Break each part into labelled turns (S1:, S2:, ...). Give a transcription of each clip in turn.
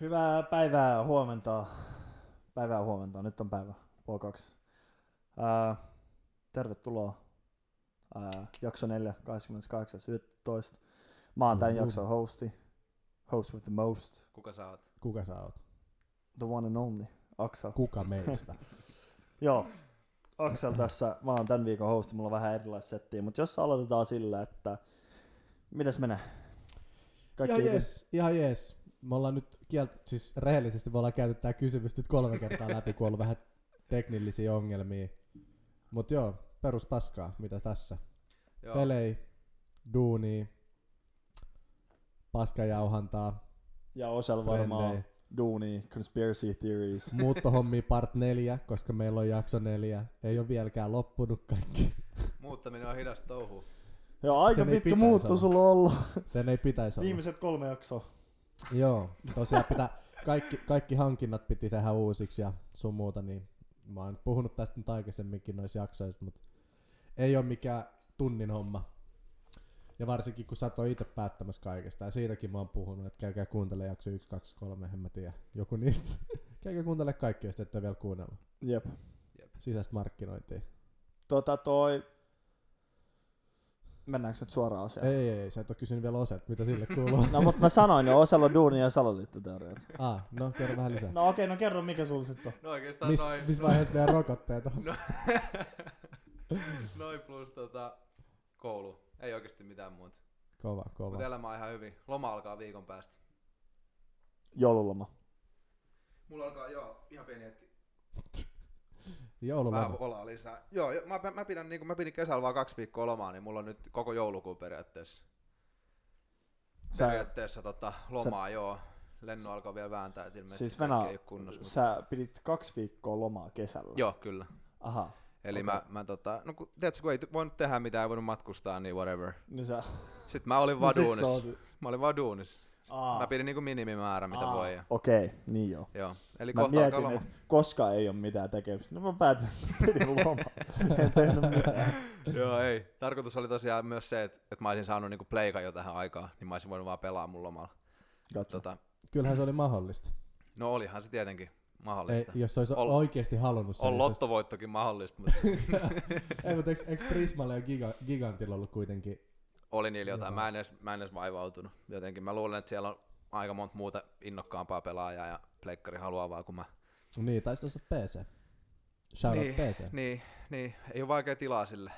S1: Hyvää päivää huomenta. Päivää huomenta. Nyt on päivä. Puoli kaksi. Ää, tervetuloa. Ää, jakso 4, 28.11. Mä oon tämän
S2: Uhu.
S1: jakson hosti. Host with the most.
S3: Kuka sä oot?
S2: Kuka sä oot?
S1: The one and only. Aksel.
S2: Kuka meistä?
S1: Joo. Aksel tässä. Mä oon tämän viikon hosti. Mulla on vähän erilaista settiä. Mutta jos aloitetaan sillä, että... Mitäs menee?
S2: ihan
S1: hyvin?
S2: jees, ihan jees. Me ollaan nyt kielt, siis rehellisesti me ollaan käyty tää kysymys nyt kolme kertaa läpi, kun on ollut vähän teknillisiä ongelmia. Mut joo, perus paskaa, mitä tässä.
S3: Joo.
S2: Joo. Pelei, duuni, paskajauhantaa,
S1: Ja osalla varmaan
S2: frendei,
S1: duuni, conspiracy theories.
S2: muuttohommi part 4, koska meillä on jakso 4. Ei ole vieläkään loppunut kaikki.
S3: Muuttaminen on hidas touhu.
S1: Joo, aika
S2: Sen ei
S1: pitkä
S2: pitäisi
S1: muutto
S2: olla.
S1: sulla on ollut.
S2: Sen ei pitäisi olla.
S1: Viimeiset kolme jaksoa.
S2: Joo, tosiaan pitää, kaikki, kaikki hankinnat piti tehdä uusiksi ja sun muuta, niin mä oon puhunut tästä nyt aikaisemminkin noissa jaksoissa, mutta ei ole mikään tunnin homma. Ja varsinkin kun sä oot itse päättämässä kaikesta, ja siitäkin mä oon puhunut, että käykää kuuntele jakso 1, 2, 3, en mä tiedä, joku niistä. käykää kuuntele kaikki, jos te ette ole vielä kuunnellut.
S1: Jep.
S2: Sisäistä markkinointia.
S1: Tota toi... Mennäänkö nyt suoraan asiaan?
S2: Ei, ei, ei, sä et oo kysynyt vielä oset, mitä sille kuuluu.
S1: No mut mä sanoin jo, Osella on duuni ja salaliittoteoriat.
S2: ah, no kerro vähän lisää.
S1: No okei, no kerro mikä sulla sit on.
S3: No oikeastaan
S2: Mis,
S3: noin.
S2: missä vaiheessa meidän rokotteet on?
S3: No, noin plus tota, koulu. Ei oikeasti mitään muuta.
S2: Kova, kova.
S3: Mutta elämä on ihan hyvin. Loma alkaa viikon päästä.
S1: Joululoma.
S3: Mulla alkaa, joo, ihan pieni hetki.
S2: Joululoma.
S3: Vähän olaa lisää. Joo, jo, mä, mä- mä, pidän, niin mä pidin kesällä vaan kaksi viikkoa lomaa, niin mulla on nyt koko joulukuun periaatteessa. Sä...
S1: Sä,
S3: Periaatteessa tota, lomaa, joo. Lenno alkaa vielä vääntää, että ilmeisesti
S1: Siis Venä-
S3: kaikki ei ole kunnossa. Mutta...
S1: sä pidit kaksi viikkoa lomaa kesällä.
S3: Joo, kyllä.
S1: Aha.
S3: Eli
S1: Okei.
S3: mä, mä tota, no kun, tiedätkö, kun ei t- voinut tehdä mitään, ei voinut matkustaa, niin whatever.
S1: Niin sä...
S3: Sitten mä olin vaan
S1: No siksi
S3: duunissa.
S1: sä oot-
S3: Mä olin vaan duunissa.
S1: Aa,
S3: Mä pidin niinku minimimäärä, mitä
S1: aa,
S3: voi. Ja,
S1: Okei, niin joo.
S3: joo. Eli
S1: Mä
S3: kohta alkaa
S1: mietin,
S3: loma.
S1: että koska ei ole mitään tekemistä. No mä päätin, että pidin lomaa. en tehnyt mitään.
S3: joo, ei. Tarkoitus oli tosiaan myös se, että, että mä olisin saanut niinku pleikan jo tähän aikaan, niin mä olisin voinut vaan pelaa mun lomalla.
S1: Gotcha.
S3: Tota,
S2: Kyllähän se oli mahdollista.
S3: no olihan se tietenkin
S2: Ei,
S3: mahdollista. Ei,
S2: jos se olisi
S3: Ol-
S2: oikeasti halunnut sen.
S3: on
S2: niin se
S3: lottovoittokin mahdollista, mutta
S2: olisi- Ei, mutta eikö, eikö Prismalla ja Giga, Gigantilla ollut kuitenkin?
S3: oli niillä jotain.
S2: Joo.
S3: Mä en, edes, mä en edes vaivautunut jotenkin. Mä luulen, että siellä on aika monta muuta innokkaampaa pelaajaa ja pleikkari haluaa vaan, kun mä
S2: Niin, taisi tuossa PC. Shout out
S3: Niin,
S2: PC. Niin.
S3: Niin, niin, ei ole vaikea tilaa sille.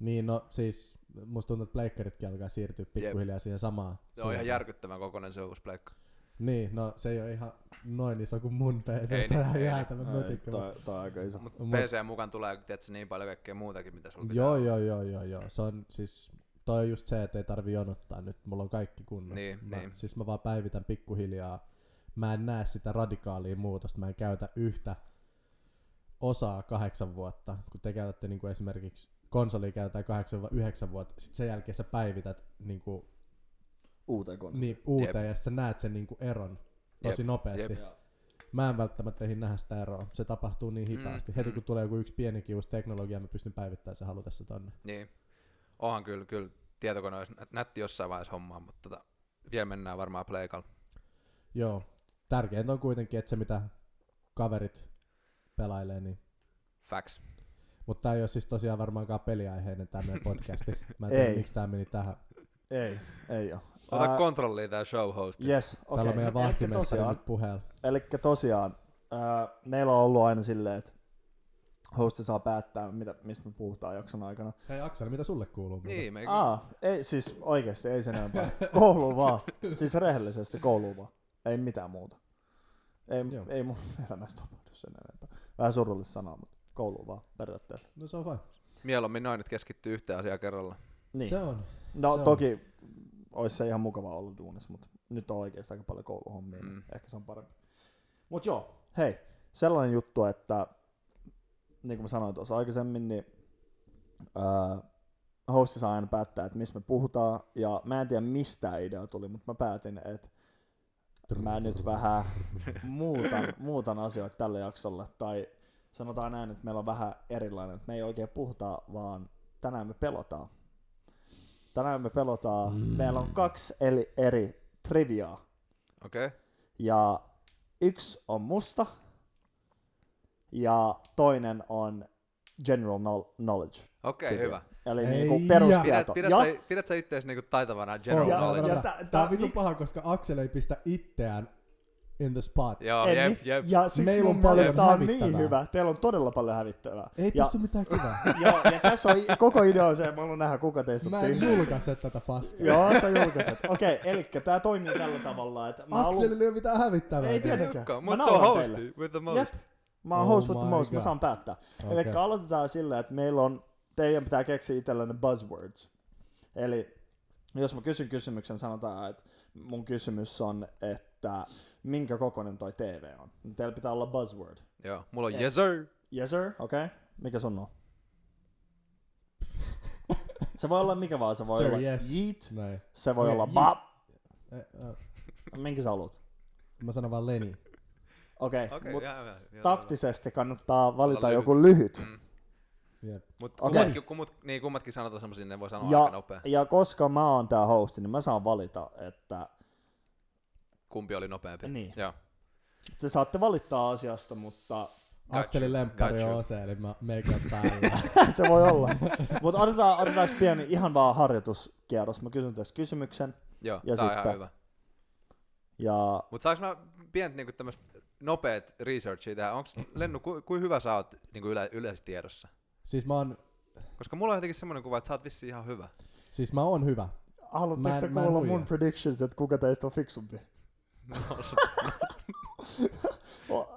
S2: niin, no siis musta tuntuu, että pleikkaritkin alkaa siirtyä pikkuhiljaa siihen samaan.
S3: Se on ihan
S2: suuntaan.
S3: järkyttävän kokoinen se uusi pleikka.
S2: Niin, no se ei ole ihan noin iso kuin mun PC.
S3: Ei
S2: Ei, se on
S3: niin,
S2: ihan
S3: ei
S2: jäätävä
S1: Ai,
S2: mötikkä. mut-
S1: Toi, toi on aika iso.
S3: Mutta
S2: Mut-
S3: PC mukaan tulee tiedätkö, niin paljon kaikkea muutakin, mitä sulla pitää.
S2: Joo, joo, joo, joo, joo. Se on siis, toi on just se, että ei tarvi jonottaa nyt, mulla on kaikki kunnossa.
S3: Niin,
S2: mä,
S3: niin.
S2: Siis mä vaan päivitän pikkuhiljaa. Mä en näe sitä radikaalia muutosta, mä en käytä yhtä osaa kahdeksan vuotta, kun te käytätte niin kuin esimerkiksi konsoli käytetään kahdeksan vai yhdeksän vuotta, sitten sen jälkeen sä päivität niin kuin,
S1: Uuteen konsoliin.
S2: niin, uuteen ja sä näet sen niin kuin eron tosi
S3: Jep,
S2: nopeasti.
S3: jep.
S2: Mä en välttämättä ehdi nähdä sitä eroa, se tapahtuu niin hitaasti.
S3: Mm,
S2: Heti
S3: mm.
S2: kun tulee joku yksi pienikin uusi teknologia, mä pystyn päivittämään se halutessa tonne.
S3: Niin. Onhan kyllä, kyllä tietokone olisi nä- nätti jossain vaiheessa hommaa, mutta tota, vielä mennään varmaan pleikalla.
S2: Joo. Tärkeintä on kuitenkin, että se mitä kaverit pelailee, niin...
S3: Facts.
S2: Mutta tämä ei ole siis tosiaan varmaankaan peliaiheinen tämä meidän podcasti. Mä en tiedä,
S1: Ei.
S2: miksi tämä meni tähän.
S1: Ei, ei oo.
S3: Niin. Ota
S1: Ää,
S3: kontrollia tää show host.
S1: Yes, okei.
S2: Okay. Täällä on meidän
S1: Elikkä
S2: vahtimestari
S1: tosiaan,
S2: nyt puheella.
S1: Elikkä tosiaan, ää, meillä on ollut aina silleen, että hosti saa päättää, mitä, mistä me puhutaan jakson aikana.
S2: Hei Aksel, mitä sulle kuuluu? muuten?
S3: Niin, me ei
S1: Aa, ei, siis oikeesti ei sen enempää. Kouluun vaan. Siis rehellisesti kouluun vaan. Ei mitään muuta. Ei,
S2: Joo.
S1: ei mun elämässä tapahdu sen enempää. Vähän surullista sanoa, mutta kouluun vaan periaatteessa.
S2: No se on vain.
S3: mieluummin noin, että keskittyy yhteen asiaan kerrallaan.
S2: Niin.
S1: Niin.
S2: Se on.
S1: No
S2: Se on.
S1: toki olisi se ihan mukava olla duunissa, mutta nyt on oikeasti aika paljon kouluhommia, mm.
S3: Mm.
S1: niin ehkä se on parempi. Mutta joo, hei, sellainen juttu, että niin kuin mä sanoin tuossa aikaisemmin, niin ää, hosti saa aina päättää, että mistä me puhutaan, ja mä en tiedä mistä idea tuli, mutta mä päätin, että mä nyt vähän muutan, muutan asioita tälle jaksolle, tai sanotaan näin, että meillä on vähän erilainen, että me ei oikein puhuta, vaan tänään me pelotaan. Tänään me pelotaan. Mm. Meillä on kaksi eli eri triviaa.
S3: Okei? Okay?
S1: Ja yksi on musta ja toinen on general knowl- knowledge.
S3: Okei,
S1: Sekin.
S3: hyvä.
S1: Eli
S2: Ei
S1: niinku
S2: jaa.
S1: perustieto.
S3: Pidät, pidät,
S1: ja,
S3: sä, pidät sä ittees niinku taitavana general
S1: Ja-
S2: Joo,
S3: knowledge?
S1: ja
S2: ja,
S1: tää-
S2: tää,
S1: tää-
S2: tää on vitun
S1: miksi-
S2: paha, koska Aksel ei pistä itseään in the spot.
S3: Joo,
S1: Eli-
S3: jep, jep.
S1: ja siksi
S2: Meillä
S1: mun
S2: on paljon
S1: mielestä tää on niin
S2: hävittävää.
S1: hyvä. Teillä on todella paljon hävittävää.
S2: Ei
S1: ja,
S2: tässä ole mitään kivää.
S1: joo, ja tässä on koko idea on se, että mä haluan nähdä, kuka teistä
S2: Mä
S1: on tyhmä.
S2: en julkaise tätä paskaa.
S1: Joo, sä julkaiset. Okei, okay, eli tää toimii tällä tavalla, että mä haluan...
S2: Akselilla ei ole mitään hävittävää.
S1: Ei tietenkään. Mä
S3: Jukka, mut se
S1: nauran
S3: on hosti
S1: teille.
S3: with the
S1: Jep.
S3: most.
S1: Mä oon
S2: Oh
S1: host with the
S2: my
S1: most, mä
S2: God.
S1: saan päättää. Okay.
S2: Okei.
S1: Eli aloitetaan sillä, että meillä on, teidän pitää keksiä itsellenne buzzwords. Eli jos mä kysyn kysymyksen, sanotaan, että mun kysymys on, että minkä kokoinen toi TV on. Niin Teillä pitää olla buzzword.
S3: Joo, mulla on
S1: Jep.
S3: yes sir.
S1: Yes sir, okei. Okay. Mikä sun on? Se voi olla mikä vaan, se voi
S2: Sir,
S1: olla
S2: yes.
S1: yeet,
S2: Näin.
S1: se voi
S2: Okei,
S1: olla
S2: yeet.
S1: bap.
S2: Eh, eh,
S1: Minkä sä haluat?
S2: Mä sanon vaan Leni.
S1: Okei, okay,
S3: Okei,
S1: okay,
S3: okay,
S1: mutta
S3: jaa, jaa, jaa,
S1: taktisesti kannattaa valita
S3: Olla lyhyt.
S1: joku lyhyt.
S3: Mm.
S2: Jep.
S3: Mut
S1: Okei.
S3: kummatkin, kummat, niin kummatkin sanotaan semmosia, ne voi sanoa
S1: ja,
S3: aika nopea.
S1: ja koska mä oon tää hosti, niin mä saan valita, että
S3: Kumpi oli nopeampi.
S1: Niin.
S3: Joo.
S1: te saatte valittaa asiasta, mutta
S3: Got you,
S2: Akselin lemppari
S3: got
S2: on
S3: you.
S2: ose, eli mä meikä päällä.
S1: se voi olla. Mutta otetaan, otetaanko pieni ihan vaan harjoituskierros. Mä kysyn tässä kysymyksen
S3: Joo,
S1: Ja
S3: ja tää on
S1: sitten-
S3: ihan hyvä.
S1: ja
S3: Mut saaks mä pientä niinku tämmöstä nopeet researchia tehdä? Onks Lennu, ku, kuin hyvä sä oot niinku yle, yleensä tiedossa?
S2: siis mä oon,
S3: Koska mulla on jotenkin semmonen kuva, että sä oot vissiin ihan hyvä.
S2: siis mä oon hyvä.
S1: haluatteko
S2: Mä en-
S1: te
S2: mä en
S1: kuulla
S2: huijaa.
S1: mun predictions, että kuka teistä on fiksumpi?
S3: No, se-
S1: O-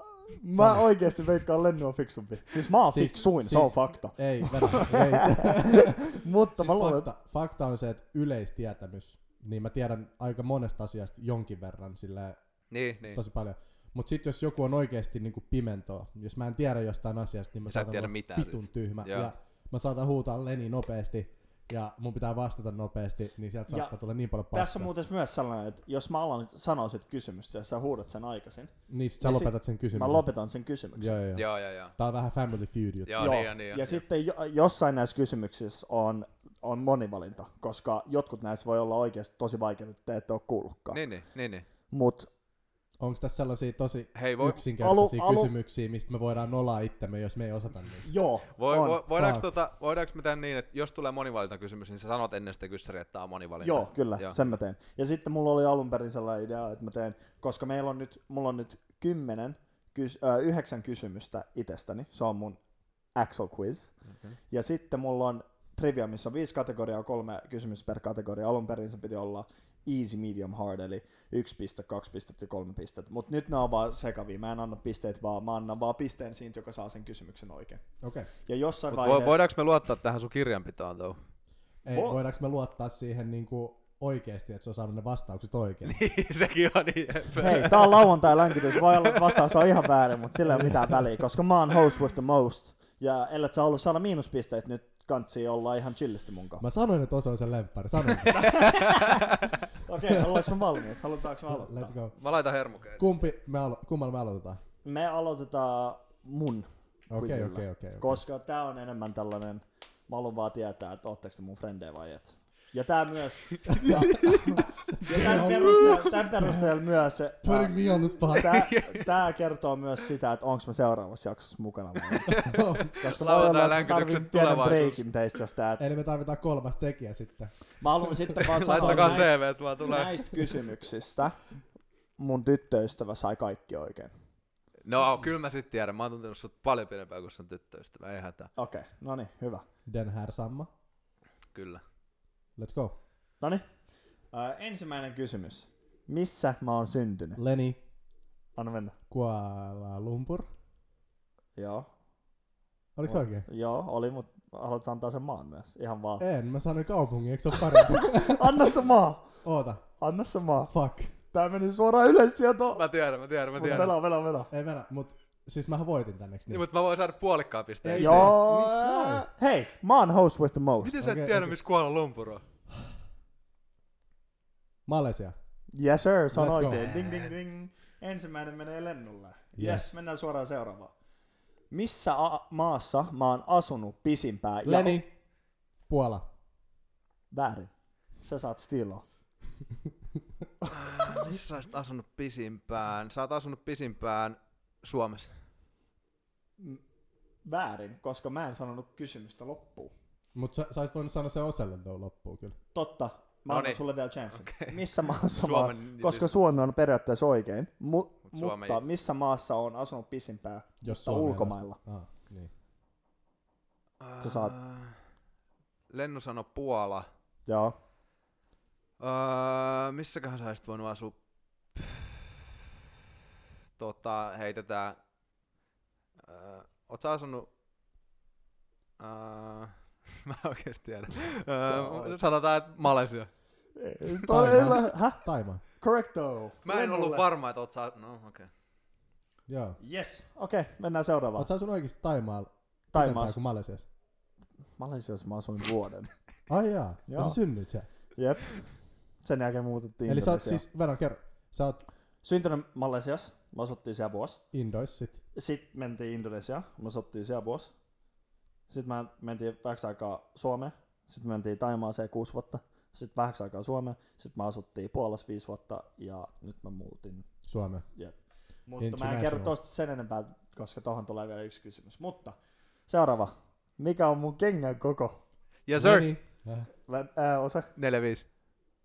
S1: Mä
S2: Sano.
S1: oikeesti veikkaan Lennu on fiksumpi. Siis mä oon
S2: Siis-
S1: fiksuin, se
S2: siis-
S1: on fakta.
S2: Ei, vedä, ei.
S3: Siis
S1: Mutta
S2: siis
S1: mä luulen, että
S2: fakta, fakta on se, että yleistietämys, niin mä tiedän aika monesta asiasta jonkin verran, sillä
S3: niin, niin.
S2: tosi paljon. Mutta sitten jos joku on oikeasti niinku pimentoa, jos mä en tiedä jostain asiasta, niin mä
S3: Sä et tiedä
S2: olla
S3: mitään siis.
S2: vitun tyhmä.
S3: Joo.
S2: Ja mä saatan huutaa Leni nopeasti ja mun pitää vastata nopeasti, niin sieltä
S1: Ja
S2: saattaa tulla niin paljon paskaa.
S1: tässä on muuten myös sellainen, että jos mä alan sanoa sit kysymystä ja sä huudat sen aikaisin,
S2: Niin sit sä
S1: Ja sit-
S2: lopetat sen kysymyksen.
S1: mä lopetan sen kysymyksen.
S2: Joo, joo, joo.
S3: Joo, joo, joo.
S2: Tää on vähän family feud juttu.
S3: Joo, niin, ja niin,
S1: ja,
S3: ja-
S1: sitten jo, jossain näissä kysymyksissä on, on monivalinta, koska jotkut näissä voi olla oikeasti tosi vaikeita, että te ette ole kuullutkaan.
S3: Niin, niin, niin, niin.
S1: Mutta
S2: Onko tässä sellaisia tosi
S3: Hei, voi,
S2: yksinkertaisia
S1: Alu- alu-
S2: kysymyksiä, mistä me voidaan nolaa itsemme, jos me ei osata niitä?
S1: joo,
S3: voi,
S1: on.
S3: voi, voidaanko,
S2: fuck.
S3: tota, voidaanko me tehdä niin, että jos tulee monivalinta kysymys, niin sä sanot ennen sitä kyssäriä, että tää on monivalinta.
S1: joo, kyllä,
S3: Joo.
S1: joo. sen mä teen. Ja sitten mulla oli alun perin sellainen idea, että mä teen, koska meillä on nyt, mulla on nyt kymmenen, kys, äh, yhdeksän kysymystä itsestäni, se on mun Axel Quiz.
S3: Okay.
S1: Ja sitten mulla on trivia, missä on viisi kategoriaa, kolme kysymystä per kategoria. Alun perin se piti olla easy, medium, hard, eli yksi piste, kaksi pistettä ja kolme pistettä. Mutta nyt nämä on vaan sekavia. Mä en anna pisteet, vaan mä annan vaan pisteen siitä, joka saa sen kysymyksen oikein.
S2: Okei.
S1: Ja jossain
S3: Mut
S1: vaiheessa...
S3: vo, voidaanko me luottaa tähän sun kirjanpitoon tuo?
S2: Ei,
S1: Vo-
S2: voidaanko me luottaa siihen niinku oikeesti, että se on saanut ne vastaukset oikein?
S3: Sekin on niin epä.
S1: Hei, tää on lauantai länkytys. Voi olla, että vastaus on ihan väärin, mutta sillä ei ole mitään väliä, koska mä oon host with the most. Ja ellet sä ollut saada miinuspisteet, nyt kantsi olla ihan chillisti munkaan.
S2: Mä sanoin, että osa on sen lemppari. Sanoin.
S1: Okei, okay, ollaanko me valmiit? Halutaanko me aloittaa?
S2: Let's go.
S3: Mä laitan hermokeet.
S2: Kumpi me alo- kummalla me aloitetaan?
S1: Me aloitetaan mun
S2: Okei,
S1: Quizillä.
S2: okei, okei. okei.
S1: Koska tää on enemmän tällainen, mä haluan vaan tietää, että ootteko te mun frendejä vai et. Ja tää myös, ja, ja tämän, perusteella, tämän perusteella myös se,
S2: Putting me on the spot.
S1: tää, tää kertoo myös sitä, että onks mä seuraavassa jaksossa mukana vai en. Koska mä
S3: Lauantain
S1: luulen, että mä
S3: länkytykset
S1: tarvin pienen
S3: tulevaisuus.
S1: breikin teistä, jos tää,
S2: Eli me tarvitaan kolmas tekijä sitten.
S1: mä haluan sitten vaan sanoa
S3: Laittakaa
S1: näistä,
S3: CV, että vaan tulee.
S1: näistä kysymyksistä. Mun tyttöystävä sai kaikki oikein.
S3: No, kyllä mä sit tiedän. Mä oon tuntenut sut paljon pidempään kuin sun tyttöystävä. Ei hätää.
S1: Okei, okay, no niin, hyvä.
S2: Den här samma.
S3: Kyllä.
S2: Let's go.
S1: No niin, Ö, ensimmäinen kysymys. Missä mä oon syntynyt?
S2: Leni
S1: Anna mennä.
S2: Kuala Lumpur.
S1: Joo.
S2: Oliko
S1: Oi.
S2: se oikein?
S1: Joo, oli, mutta haluatko antaa sen maan myös? Ihan vaan.
S2: En, mä sanoin kaupungin, eikö se ole parempi?
S1: Anna se maa!
S2: Oota,
S1: Anna se maa!
S2: fuck.
S1: Tää meni suoraan yleistietoon!
S3: Mä tiedän, mä tiedän, mä
S1: Mut
S3: tiedän.
S1: velaa, velaa, velaa.
S2: Ei mennä, mut siis mähän voitin tänne, eiks
S3: Niin,
S2: niin?
S3: mutta mä voin saada puolikkaa pisteen.
S2: Ei
S1: Joo!
S2: se, miksi näin?
S1: Hei, mä oon host with the most.
S3: Miten sä et
S2: Okei,
S3: tiedä,
S2: okei.
S3: missä Kuala Lumpur on?
S2: Malesia.
S1: Yes sir, se on
S2: Let's go.
S1: oikein. Ding ding ding. Ensimmäinen menee lennulle. Yes,
S2: Yes.
S1: mennään suoraan seuraavaan. Missä a- maassa mä oon asunut pisimpään? Ja-
S2: Leni. Puola.
S1: Väärin. Sä saat stiloa.
S3: Missä sä olisit asunut pisimpään? Sä oot asunut pisimpään Suomessa.
S1: M- Väärin, koska mä en sanonut kysymystä loppuun.
S2: Mut sä, sä olisit voinut sanoa sen osalle tuo loppuun kyllä.
S1: Totta, mä
S3: No
S1: annan
S3: niin.
S1: sulle vielä chance.
S3: Okei.
S1: Missä maassa mä
S3: Suomen nimi-
S1: koska Suomi on periaatteessa oikein, mu-
S3: Suomi-
S1: mutta missä maassa on asunut pisimpään?
S2: Jos
S1: Mutta
S2: Suomi ei
S1: ulkomailla.
S2: olisi- Ah, niin.
S1: sä saat-
S3: Ää, Lennu sanoi Puola.
S1: Joo.
S3: Öö, missäköhän sä olisit voinut asua? Tota, heitetään. Öö, oot sä asunut? Öö, mä en oikeesti tiedä. Öö,
S1: oot.
S3: sanotaan, että Malesia.
S1: Todella, hä?
S2: Taimaa.
S1: Correcto.
S3: Mä en ollut
S1: Lennolle.
S3: varma, että oot sä... No, okei. Okay.
S2: Joo.
S1: Yes, okei, okay, mennään seuraavaan.
S2: Oot sä asunut oikeesti Taimaalla?
S1: Taimaassa.
S2: pitempään kuin Malesiassa?
S1: Malesiassa mä asuin vuoden.
S2: Ai jaa.
S1: Joo.
S2: Joo. Sä synnyit siellä. Jep.
S1: Sen jälkeen muutettiin
S2: Eli sä oot
S1: Indonesiaan.
S2: siis, Veron kerro, sä oot
S1: Syntynyt Malesiassa, me asuttiin siellä vuosi.
S2: Indois sit.
S1: Sitten mentiin Indonesiaan, me asuttiin siellä vuosi. Sitten mä mentiin vähäksi aikaa Suomeen. Sitten mentiin Taimaaseen kuusi vuotta. Sitten vähäksi aikaa Suomeen. Sitten me asuttiin Puolassa viisi vuotta ja nyt mä muutin.
S2: Suomeen.
S1: Mutta mä en
S2: International.
S1: kerro tosta sen enempää, koska tohon tulee vielä yksi kysymys. Mutta seuraava. Mikä on mun kengän koko?
S3: Yes, sir.
S2: Niin, niin. Äh,
S1: Lä- ää, on se
S3: 45.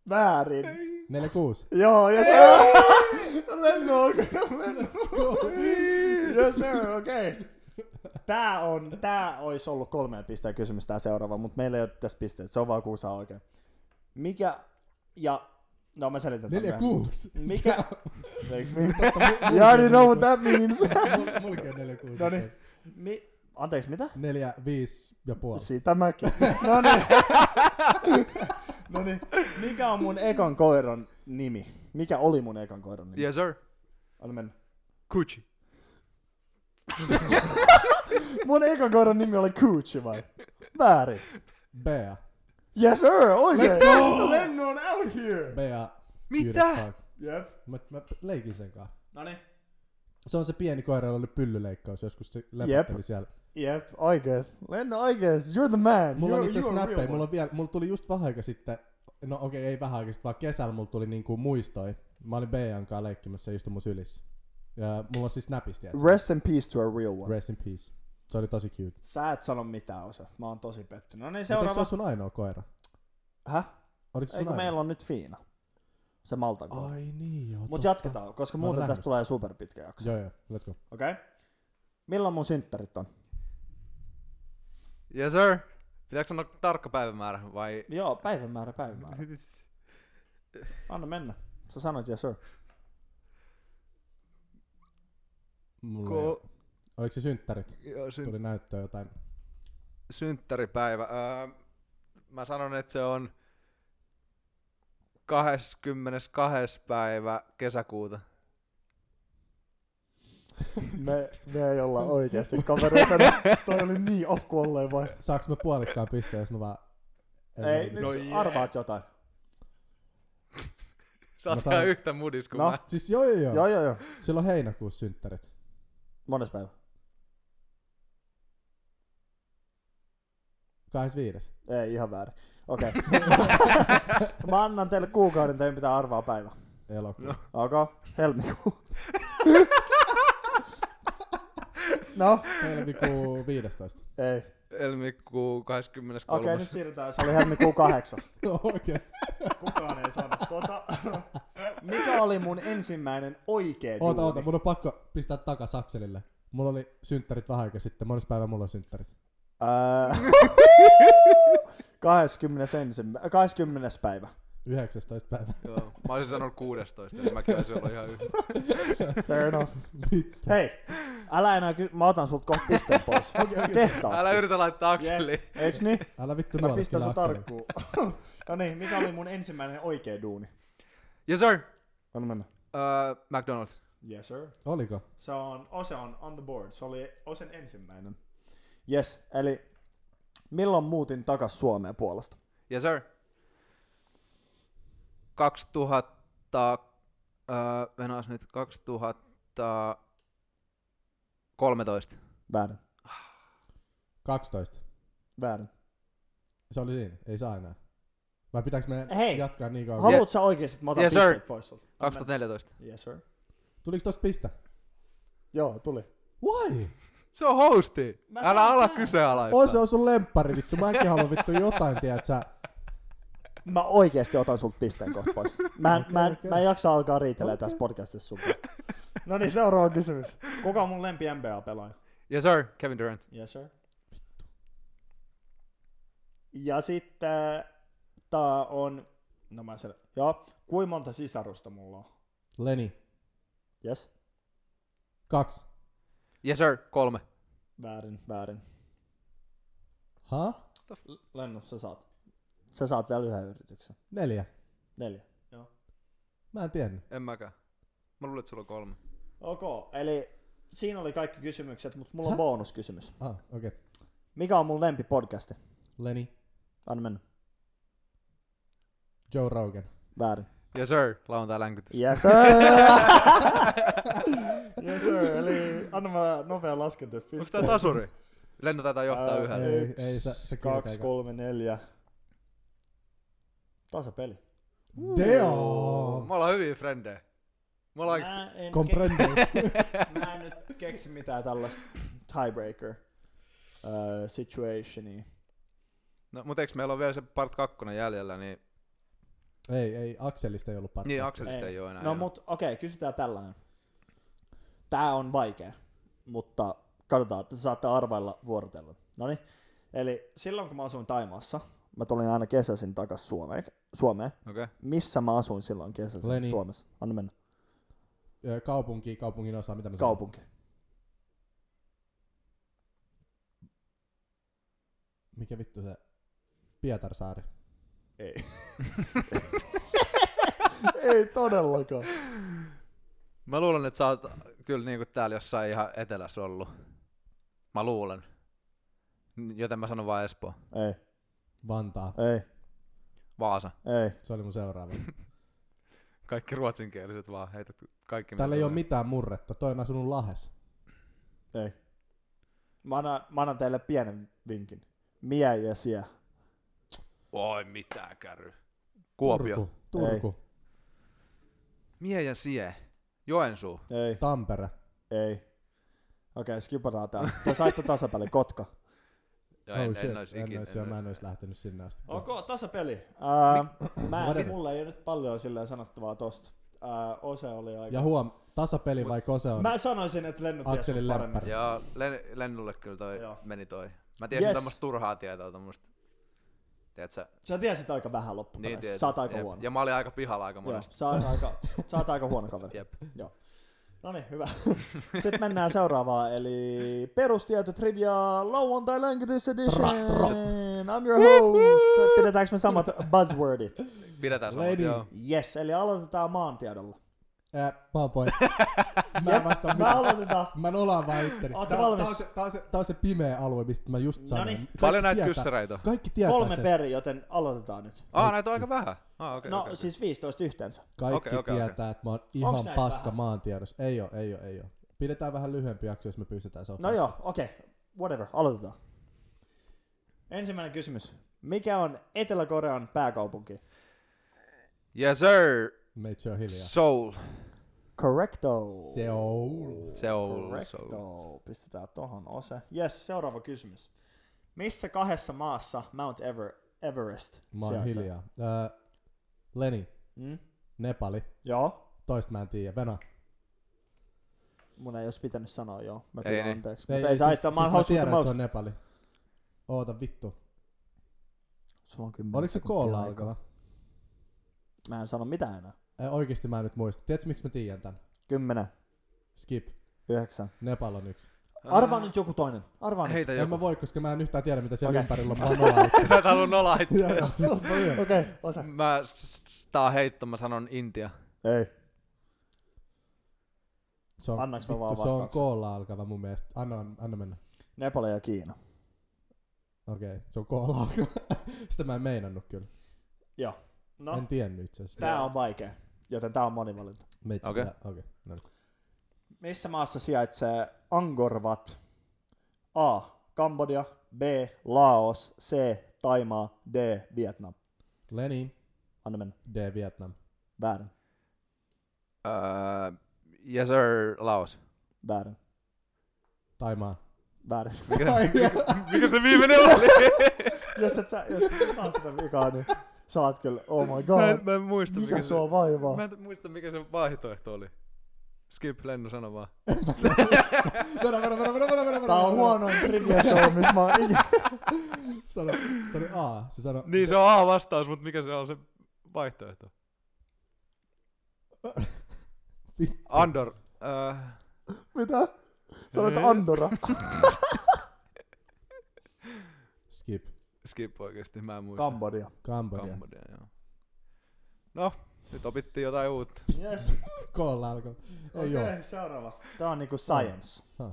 S1: väärin.
S2: 46.
S1: Joo, yes sir! Lenno, okei, lenno. Yes sir, okei. Okay. Tää on, tää ois ollut kolmeen pisteen kysymys tää seuraava, mutta meillä ei ole tässä pisteet, se on vaan kuusaa oikein. Mikä, ja, no mä selitän tän myöhemmin.
S2: 46.
S1: Mikä? Eiks niin?
S2: Mu-
S1: You already know what
S2: mulki
S1: that means.
S2: on nel- mul- Mulki on 46.
S1: Noniin. Mi- Anteeksi, mitä?
S2: 4, 5 ja puoli.
S1: Sitä mäkin. No Noniin. Noniin. Mikä on mun ekan koiran nimi? Mikä oli mun ekan koiran nimi?
S3: Yes, sir.
S1: Anna mennä.
S3: Gucci.
S1: Mun ekan koiran nimi oli Coochie vai? Väärin.
S2: Bea.
S1: Yes sir, oikein.
S2: Let's go!
S1: Lennon on out here.
S2: Bea.
S3: Mitä?
S2: cute as fuck.
S1: Jep.
S2: Mä, mä leikin sen kanssa.
S1: Noniin.
S2: Se on se pieni koira, jolla oli pyllyleikkaus joskus, se lepotteli
S1: Jep.
S2: siellä.
S1: Jep, oikein. Lennon oikein. You're the man.
S2: Mulla
S1: you're,
S2: on itse
S1: you're a real
S2: asiassa näppejä,
S1: one.
S2: mulla, on vielä, mulla tuli just vähän aika sitten, no okei okay, ei vähän aika sitten, vaan kesällä mulla tuli niinku muistoi. Mä olin Bean kanssa leikkimässä, se istui mun sylissä. Ja mulla on siis näpistiä.
S1: Rest in peace to a real one.
S2: Rest in peace. Se oli tosi cute.
S1: Sä et sano mitään osa. Mä oon tosi pettynyt. No niin
S2: Mutta eikö se
S1: seuraava.
S2: ole sun ainoa koira?
S1: Häh?
S2: Oliko se sun
S1: Eikö
S2: ainoa?
S1: meillä on nyt Fiina? Se Maltan koira.
S2: Ai niin joo,
S1: Mut
S2: totta.
S1: jatketaan, koska
S2: Mä oon
S1: muuten tästä
S2: nähnyt.
S1: tulee superpitkä jakso.
S2: Joo joo, let's go.
S1: Okei? Okay? Milloin mun synttärit on?
S3: Yes, sir. Pitääkö sanoa tarkka päivämäärä vai...
S1: Joo, päivämäärä, päivämäärä. Anna mennä. Sä sanoit yes sir.
S2: Mulla ei oo-
S3: Ko-
S2: Oliko se synttärit?
S3: Joo, syn-
S2: Tuli näyttöä jotain.
S3: synttäripäivä. Öö, mä sanon, että se on 22. päivä kesäkuuta.
S1: Me, me ei olla oikeasti kavereita. nyt. Toi oli niin off kuin olleen vai?
S2: Saaks mä puolikkaan pisteen, jos mä vaan...
S1: Ei,
S2: mä-
S1: nyt
S3: No
S1: no
S3: jee.
S1: arvaat jotain.
S3: Sä oot
S2: Mä sanon-
S3: ihan yhtä mudis kuin
S1: No.
S3: no. mä.
S2: Siis joo joo joo.
S1: Joo, joo, joo.
S2: Silloin heinäkuussa synttärit.
S1: Mones päivä?
S2: 25.
S1: Ei, ihan väärin. Okei. Mä annan teille kuukauden, teidän pitää arvaa päivä.
S2: Elokuussa. No.
S1: Okei, okay. helmikuu. no,
S2: Helmikuu 15.
S1: ei.
S3: Helmikuu 23.
S1: Okei, okay, nyt siirrytään. Se oli helmikuu kahdeksas.
S2: No okei.
S1: Kukaan ei saanut tota. Mikä oli mun ensimmäinen oikein
S2: Oota,
S1: duuni?
S2: oota, mun on pakko pistää takas akselille. Mulla oli synttärit vähän aikaa sitten. Mones päivä mulla on synttärit?
S1: Ää, 21. 20. päivä.
S2: 19 päivä.
S3: Joo. Mä olisin sanonut 16, eli mäkin olisin ollut ihan yhtä.
S1: Fair enough. Hei, älä enää ky- mä otan sulta kohta pisteen pois.
S2: Okei, okei.
S1: Kehtaat.
S3: Älä yritä laittaa akseliin. Yeah.
S1: Eiks niin?
S2: Älä vittu
S1: Mä pistän
S2: nuoliskele
S1: sun
S2: akselille.
S1: tarkkuun. no niin, mikä oli mun ensimmäinen oikea duuni?
S3: Yes, sir.
S1: Anna mennä.
S3: Uh, McDonald's.
S1: Yes sir.
S2: Oliko?
S1: Se on, Ose on on the board. Se oli Osen ensimmäinen. Yes, eli milloin muutin takas Suomeen Puolasta?
S3: Yes, sir. 2000... Uh, Venas nyt 2013.
S1: Väärin.
S2: 12.
S1: Väärin.
S2: Se oli siinä. Ei saa enää. Vai pitääkö me
S1: Hei,
S2: jatkaa niin kauan?
S1: Haluatko sä oikeesti, että mä otan
S3: Yes,
S1: yes,
S3: sir.
S1: pisteet pois sulta?
S3: 2014.
S1: Yes sir.
S2: Tuliko tosta piste?
S1: Joo, tuli.
S2: Why?
S3: Se on hosti.
S1: Mä
S3: Älä
S1: sanon
S3: ala
S1: tää.
S2: Oi
S3: kyseenalaistaa.
S2: se on sun lemppari vittu, mäkin haluan vittu jotain, tiedät sä.
S1: Mä oikeesti otan sulta pisteen kohta pois. Mä en, mä en,
S2: okei.
S1: mä en jaksa alkaa riitellä tässä podcastissa sun kanssa. No niin, seuraava kysymys. Kuka on mun lempi NBA-pelaaja?
S3: Yes sir, Kevin Durant.
S1: Yes sir. Ja sitten tää on, no mä sel... Joo, kuinka monta sisarusta mulla on?
S2: Leni,
S1: Yes.
S2: kaksi.
S3: Yes sir, kolme.
S1: Väärin, väärin.
S2: Ha?
S1: Lennu, sä saat. Sä saat vielä yhden yrityksen.
S2: Neljä.
S1: Neljä. Joo.
S2: Mä en tiennyt.
S3: En mäkään. Mä luulen, että sulla on kolme.
S1: Ok, eli siinä oli kaikki kysymykset, mutta mulla on
S2: Häh?
S1: bonuskysymys.
S2: Ah, okei. Okay.
S1: Mikä on mun lempipodcasti?
S2: Leni,
S1: Anna mennä.
S2: Joe Rogan.
S1: Väärin.
S3: Yes sir, lauantai länkytys.
S1: Yes sir! yes sir, eli anna mä nopea
S3: Onks
S1: laskentapiste.
S3: tää tasuri? Lenno taitaa johtaa
S1: Ää,
S3: yhdellä.
S2: ei.
S1: yksi,
S2: sä- sä
S1: kaksi,
S2: kirjoita
S1: kolme, neljä. Tasapeli.
S2: Deo!
S3: Me ollaan hyviä frendejä. Me ollaan oikeesti...
S1: Mä en,
S2: Comprendo.
S1: keksi, mä en nyt keksi mitään tällaista tiebreaker uh, situationia.
S3: No, mut eiks meillä on vielä se part kakkonen jäljellä, niin...
S2: ei, ei, Akselista ei ollut pari.
S3: Niin, Akselista ei oo enää.
S1: No
S3: joo.
S1: mut okei, okay, kysytään tällainen. Tää on vaikea, mutta katsotaan, että saatte arvailla vuorotellen. Noniin. Eli silloin kun mä asuin Taimaassa, mä tulin aina kesäisin takas Suomeen. Suomeen.
S3: Okei. Okay.
S1: Missä mä asuin silloin kesäisin
S2: Leni.
S1: Suomessa? Anna mennä.
S2: Ö, Kaupunki, kaupungin osa, mitä mä sanon?
S1: Kaupunki.
S2: Mikä vittu se? Pietarsaari.
S1: Ei. Ei todellakaan.
S3: Mä luulen, että sä oot kyllä niinku täällä jossain ihan etelässä ollut. Mä luulen. N- Joten mä sanon vaan Espoo.
S1: Ei,
S2: Vantaa.
S1: ei,
S3: Vaasa.
S1: ei.
S2: Se oli mun seuraava.
S3: Kaikki ruotsinkieliset vaan heität kaikki. mitä
S2: Täällä ei ole
S3: tulee.
S2: mitään murretta. Toi on asunut Lahes.
S1: Ei. Mä annan, mä annan teille pienen vinkin. Mie ja sie.
S3: Oi mitä käry. Kuopio.
S2: Turku. Turku.
S3: Mie ja Sie. Joensuu.
S1: Ei,
S2: Tampere.
S1: ei. Okei, okay, skipataan tää. Te saitte tasapeli, Kotka.
S3: Joo, en,
S2: Oh, shit.
S3: en ois
S2: en
S3: ikinä.
S2: ois, joo, mä en ois lähtenyt sinne asti.
S1: Ok, tasapeli. Uh, mä,
S2: Whatever.
S1: mulla ei ole nyt paljon silleen sanottavaa tosta. Uh, Ose oli aika...
S2: Ja huom, tasapeli vai kose on?
S1: Mä sanoisin, että lennut tiesi
S2: Akselin
S1: mut paremmin.
S2: lämpäri.
S3: Joo, len, lennulle kyllä toi
S1: Joo.
S3: meni toi. Mä tiesin
S1: Yes.
S3: yes. tämmöstä turhaa tietoa tämmöstä. Tiedätkö,
S1: Sä tiesit aika vähän
S3: niin
S1: loppupeleissä.
S3: tiedät.
S1: sä oot aika
S3: Jep.
S1: huono.
S3: Ja mä olin aika pihalla aika
S1: Joo,
S3: monesti.
S1: sä oot aika, sä oot aika huono kaveri.
S3: Jep.
S1: Joo. No niin, hyvä. Sitten mennään seuraavaan, eli perustieto trivia lauantai language edition.
S2: Tra- tra.
S1: I'm your host. Pidetäänkö me samat buzzwordit?
S3: Pidetään samat,
S2: Lady.
S3: joo.
S1: Yes, eli aloitetaan maantiedolla.
S2: Ää, mä oon pois. mä en vastaa
S1: Me
S2: mitään.
S1: aloitetaan.
S2: Mä nolaan vaan itteni.
S1: Ootko
S2: Tää,
S1: valmis?
S2: tää, on se, tää, on se, tää on se pimeä alue, mistä mä just sanoin.
S1: Noniin.
S2: Kaikki
S3: Paljon näitä
S2: tietää-
S3: kyssäreitä on?
S2: Kaikki tietää
S1: Kolme
S2: sen.
S1: peri, joten aloitetaan nyt.
S3: Aa, näitä on aika vähän. Ah, okei.
S1: No
S3: okei, okei.
S1: siis 15 yhteensä.
S2: Kaikki
S3: Okei, okei,
S2: tietää, että mä oon ihan
S1: näitä
S2: paska
S1: vähän?
S2: maantiedossa. Ei oo, ei oo, ei oo. Pidetään vähän lyhyempi jakso, jos me pystytään se on
S1: No
S2: fun.
S1: joo, okei. Okay. Whatever, aloitetaan. Ensimmäinen kysymys. Mikä on Etelä-Korean pääkaupunki?
S3: Yes sir,
S2: Made sure hiljaa.
S3: Soul.
S1: Correcto.
S2: Seoul.
S3: Seoul. Soul.
S1: Correcto. Pistetään tohon osa. Yes, seuraava kysymys. Missä kahdessa maassa Mount Ever- Everest
S2: Mä oon
S1: sijaitsee?
S2: hiljaa. Öö, Leni,
S1: Mm?
S2: Nepali.
S1: Joo.
S2: Toista mä en tiedä. Venä.
S1: No Mun ei olisi pitänyt sanoa joo. Mä
S3: Ei,
S1: pyydän
S3: ei.
S1: anteeksi. Ei, Mutta ei, saa haittaa, mä oon
S2: siis- mä
S1: hauska
S2: tiedän, että se
S1: maus.
S2: on Nepali. Oota vittu.
S1: Sulla on kymmenen
S2: Oliko se
S1: sekuntia
S2: koolla
S1: aikaa.
S2: alkava?
S1: Mä en sano mitään enää.
S2: Ei, oikeesti mä en nyt muista. Tiedätkö miksi mä tiedän tän?
S1: Kymmenen.
S2: Skip.
S1: Yhdeksän.
S2: Nepal on yksi.
S3: Ah.
S1: Arvaa nyt joku toinen. Arvaa nyt.
S3: Heitä
S2: En
S3: joku.
S2: mä voi, koska mä en yhtään tiedä, mitä siellä
S1: Okei.
S2: okay. ympärillä on. Mä oon nolla.
S3: Sä et halua nolaa.
S2: Joo, joo, siis paljon.
S1: Okei, okay, osa.
S3: Mä s- s- tää on heitto, mä sanon Intia.
S1: Ei.
S2: Se on,
S1: Annaks mä
S2: vittu,
S1: vaan
S2: se on
S1: vastauksen?
S2: koolla alkava mun mielestä. Anna, anna mennä.
S1: Nepal ja Kiina.
S2: Okei, okay, se on koolla alkava. Sitä mä en meinannut kyllä.
S1: Joo.
S2: No.
S1: No,
S2: En tiennyt itse asiassa.
S1: tää on vaikea, joten tää on monivalinta.
S2: Meitsi
S3: Okei.
S2: pitää- Okei. no niin.
S1: Missä maassa sijaitsee Angkor Wat? A. Kambodia, B. Laos, C. Taimaa, D. Vietnam.
S2: Lenin,
S1: Anna mennä.
S2: D. Vietnam.
S1: Väärin.
S3: Öö, yes sir, Laos.
S1: Väärin.
S2: Taimaa.
S1: Väärin.
S3: Mikä se viimeinen oli?
S1: jos et sä, jos et saa sitä vikaa, niin saat kyllä, oh my god,
S3: mä, en, mä en muista,
S1: mikä
S3: mikä
S1: se on vaivaa.
S3: Mä en muista, mikä se vaihtoehto oli. Skip, Lennu, sano vaan.
S2: Vedä, vedä, vedä, vedä, vedä, vedä, vedä.
S1: Tää on huonoin trivia show, missä mä oon ikinä.
S2: Sano, se oli A. Se sano,
S3: Niin se on A-vastaus, mutta mikä se on se vaihtoehto?
S2: Vittu.
S3: Andor. Öö,
S1: Mitä? Sanoit
S3: Niin.
S1: Andorra.
S2: Skip.
S3: skip oikeesti, mä en muista.
S1: Kambodia.
S2: Kambodia.
S3: Kambodia, joo. No, nyt opittiin jotain uutta.
S1: Yes.
S2: Kolla alkoi. Ei oo.
S1: seuraava. Tää on niinku science.
S2: Huh.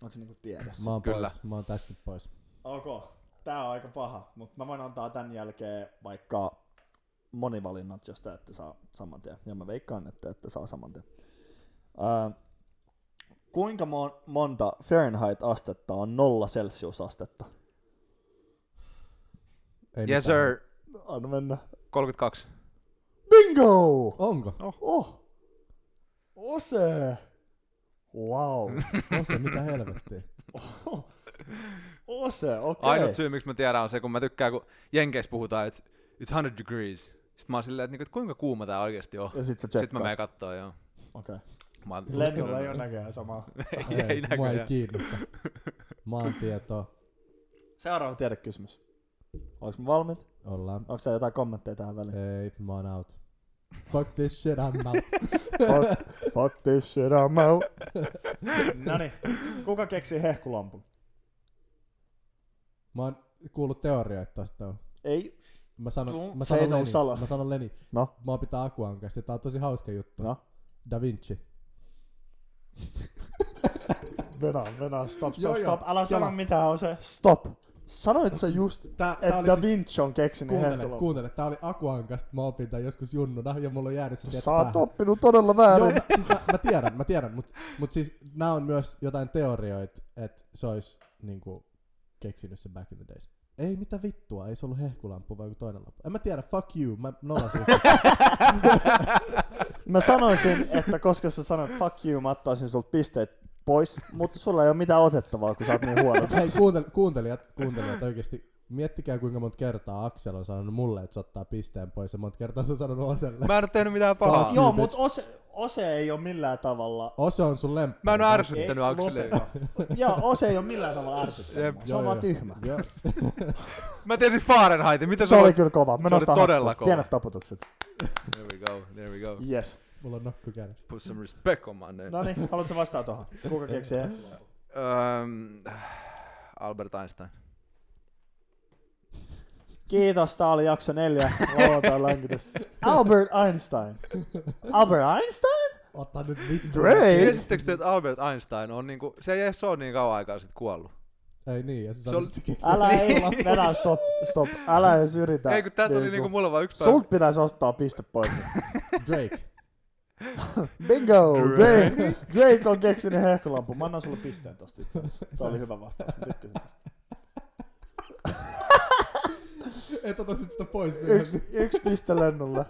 S1: Onko se niinku tiedessä?
S2: Mä oon
S3: Kyllä.
S2: pois. Mä oon täskin pois.
S1: Ok, tää on aika paha, mutta mä voin antaa tämän jälkeen vaikka monivalinnat, jos te ette saa saman tien. Ja mä veikkaan, että ette saa saman tien. Ää, kuinka mon- monta Fahrenheit-astetta on nolla Celsius-astetta?
S2: Ei
S3: Yes
S2: mitään.
S3: sir,
S1: Anna mennä.
S3: 32.
S1: Bingo!
S2: Onko?
S1: Oh! Ose! Wow!
S2: On se Oh. mitä helvettiä.
S1: Ose, okei.
S3: Ainut syy, miksi mä tiedän, on se, kun mä tykkään, kun Jenkeissä puhutaan, että it's 100 degrees. Sitten mä oon silleen, että, niinku, että kuinka kuuma tää oikeesti on.
S1: Ja sit sä
S3: Sitten mä menen
S1: tsekkaat.
S3: kattoo, joo.
S1: Okei.
S3: Mä oon-
S1: Lennolla ei ole näköjään samaa.
S3: ei, ei
S2: mua ei
S3: näköjään.
S2: kiinnosta. Maantieto.
S1: Seuraava tiedekysymys. Oletko me valmiit?
S2: Ollaan.
S1: Onko sä jotain kommentteja tähän väliin?
S2: Ei, mä oon out. Fuck this shit, I'm out.
S1: fuck, fuck this shit, I'm out. Noniin, kuka keksi hehkulampun?
S2: Mä oon kuullut teorioita tosta.
S1: Ei.
S2: Mä sanon,
S3: Tuu,
S2: mä
S1: se ei
S2: sanon Leni.
S1: noussut alas.
S2: Mä sanon Leni.
S1: No,
S2: Mä oon pitää Akuan kanssa. Tää on tosi hauska juttu.
S1: no.
S2: Da Vinci.
S1: Venä, venä, stop, stop,
S2: Joo, joo.
S1: stop. Älä sano
S2: Joo.
S1: mitään on se. Stop. Sanoit sä just,
S2: Tää, tää
S1: että
S2: oli
S1: Da
S2: siis,
S1: Vinci on keksinyt
S2: kuuntele,
S1: hehkulampun.
S2: kuuntele. Tää oli Akuan kanssa. Mä opin tän joskus junnuna ja mulla on jäänyt se tietysti
S1: Sä oot
S2: päähän.
S1: oppinut todella
S2: Joo,
S1: väärin.
S2: mä, siis mä, mä, tiedän, mä tiedän, mutta mut siis nämä on myös jotain teorioita, että se olisi niinku, keksinyt sen back in the days. Ei mitä vittua, ei se ollut hehkulamppu vai joku toinen lamppu. En mä tiedä, fuck you, mä siis- nolasin sen.
S1: Mä sanoisin, että koska sä sanoit fuck you, mä ottaisin sulta pisteet pois, mutta sulla ei ole mitään otettavaa, kun sä oot niin huono.
S2: Hei kuuntel, kuuntelijat, kuuntelijat oikeesti, miettikää kuinka monta kertaa Aksel on sanonut mulle, että se ottaa pisteen pois ja monta kertaa se on sanonut Oselle.
S3: Mä en oo tehnyt mitään pahaa.
S2: Fuck you.
S1: Joo, mutta ose, ose ei ole millään tavalla
S2: Ose on sun lemppari.
S3: Mä en oo
S2: Thanks.
S3: ärsyttänyt
S1: Ei,
S3: Akselia.
S1: lopeta. Joo, Ose ei ole millään tavalla
S3: Jep.
S1: ärsyttänyt. mua. Se
S2: Joo,
S1: on vaan
S2: joo.
S1: tyhmä.
S2: Joo.
S3: Mä tiesin Fahrenheitin, mitä
S1: Se oli kyllä kova. Mä
S3: se oli
S1: nostan
S3: todella
S1: hattua.
S3: kova.
S1: Pienet taputukset.
S3: There we go, there we go.
S1: Yes.
S2: Mulla on nokku kädessä.
S3: Put some respect on my name.
S1: No niin, haluatko vastaa tuohon? Kuka keksi
S3: Öm, Albert Einstein.
S1: Kiitos, tää oli jakso neljä. Lauantain länkytys. Albert Einstein. Albert Einstein?
S2: Ota nyt vittu.
S1: Drake?
S3: Tiesittekö te, että Albert Einstein on niinku, se ei edes ole niin kauan aikaa sitten kuollut.
S2: Ei niin, ja se,
S3: Se
S2: sanoi,
S3: oli-
S2: että se keksi.
S1: Älä ei, vedä, stop, stop. Älä edes yritä.
S3: Niin. Ei kun tää
S1: niin
S3: tuli niinku mulla vaan yksi päivä.
S1: Sult pitäisi ostaa piste pois.
S2: Drake.
S1: Bingo!
S3: Drake.
S1: Drake, Drake on keksinyt hehkulampun. Mä annan sulle pisteen tosta itse asiassa. Se oli hyvä vastaus. Mä tykkäsin tosta.
S2: Et ota sit sitä pois myöhemmin.
S1: Yksi, yksi piste lennolle.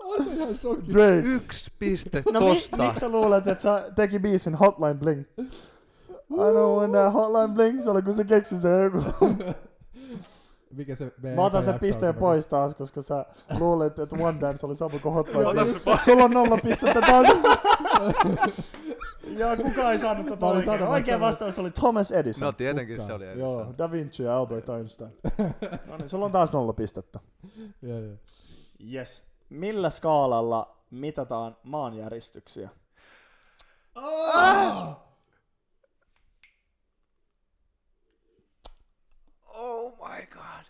S2: Oon se ihan shokki.
S1: Drake.
S3: Yksi piste
S1: No mi-
S3: tosta.
S1: miksi sä luulet, että sä teki biisin Hotline Bling? I don't want that Hotline Bling, se oli kun se keksi sen joku.
S2: Mikä se
S1: Mä otan sen pisteen pois taas, koska sä luulet, että One Dance oli sama kuin Hotline Bling. Sulla on nolla pistettä taas. ja kuka ei saanut tätä
S2: Mä olin
S1: oikein.
S2: sanomassa,
S1: Oikea
S2: että-
S1: vastaus oli Thomas Edison.
S3: No tietenkin se
S2: Kukaan.
S3: oli edes.
S1: Joo, Da Vinci ja Albert Einstein. no niin, sulla on taas nolla pistettä.
S2: Joo, joo.
S1: Yes. Millä skaalalla mitataan maanjäristyksiä?
S3: Oh my god.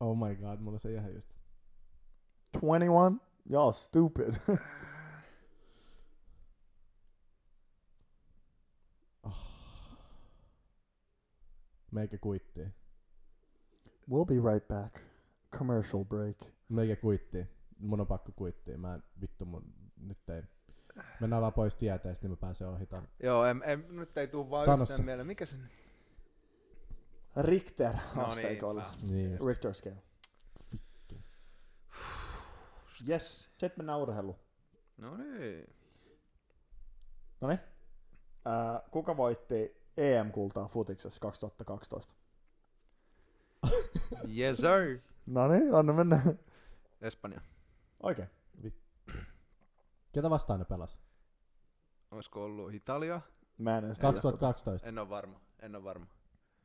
S2: Oh my god, mulla se ihan just.
S1: 21? Y'all stupid.
S2: Meikä kuittii.
S1: We'll be right back. Commercial break.
S2: Meikä kuittii. Mun on pakko kuittia. Mä en, vittu mun, nyt ei. Mennään vaan pois tieteestä, niin mä pääsen ohi ton.
S3: Joo, en, en, nyt ei tuu vaan
S2: Sano
S3: yhtään
S2: se.
S3: mieleen. Mikä sen?
S1: Richter-asteikolla.
S3: No
S2: Niin just.
S1: Richter scale. Yes, sitten mennään urheiluun.
S3: No niin.
S1: No niin. Äh, kuka voitti EM-kultaa futiksessa 2012?
S3: Yes sir.
S1: No niin, anna mennä.
S3: Espanja.
S1: Oikein.
S2: Ketä vastaan ne pelas?
S3: Olisiko ollut Italia?
S1: Mä en edes
S2: 2012.
S3: En ole varma. En ole varma.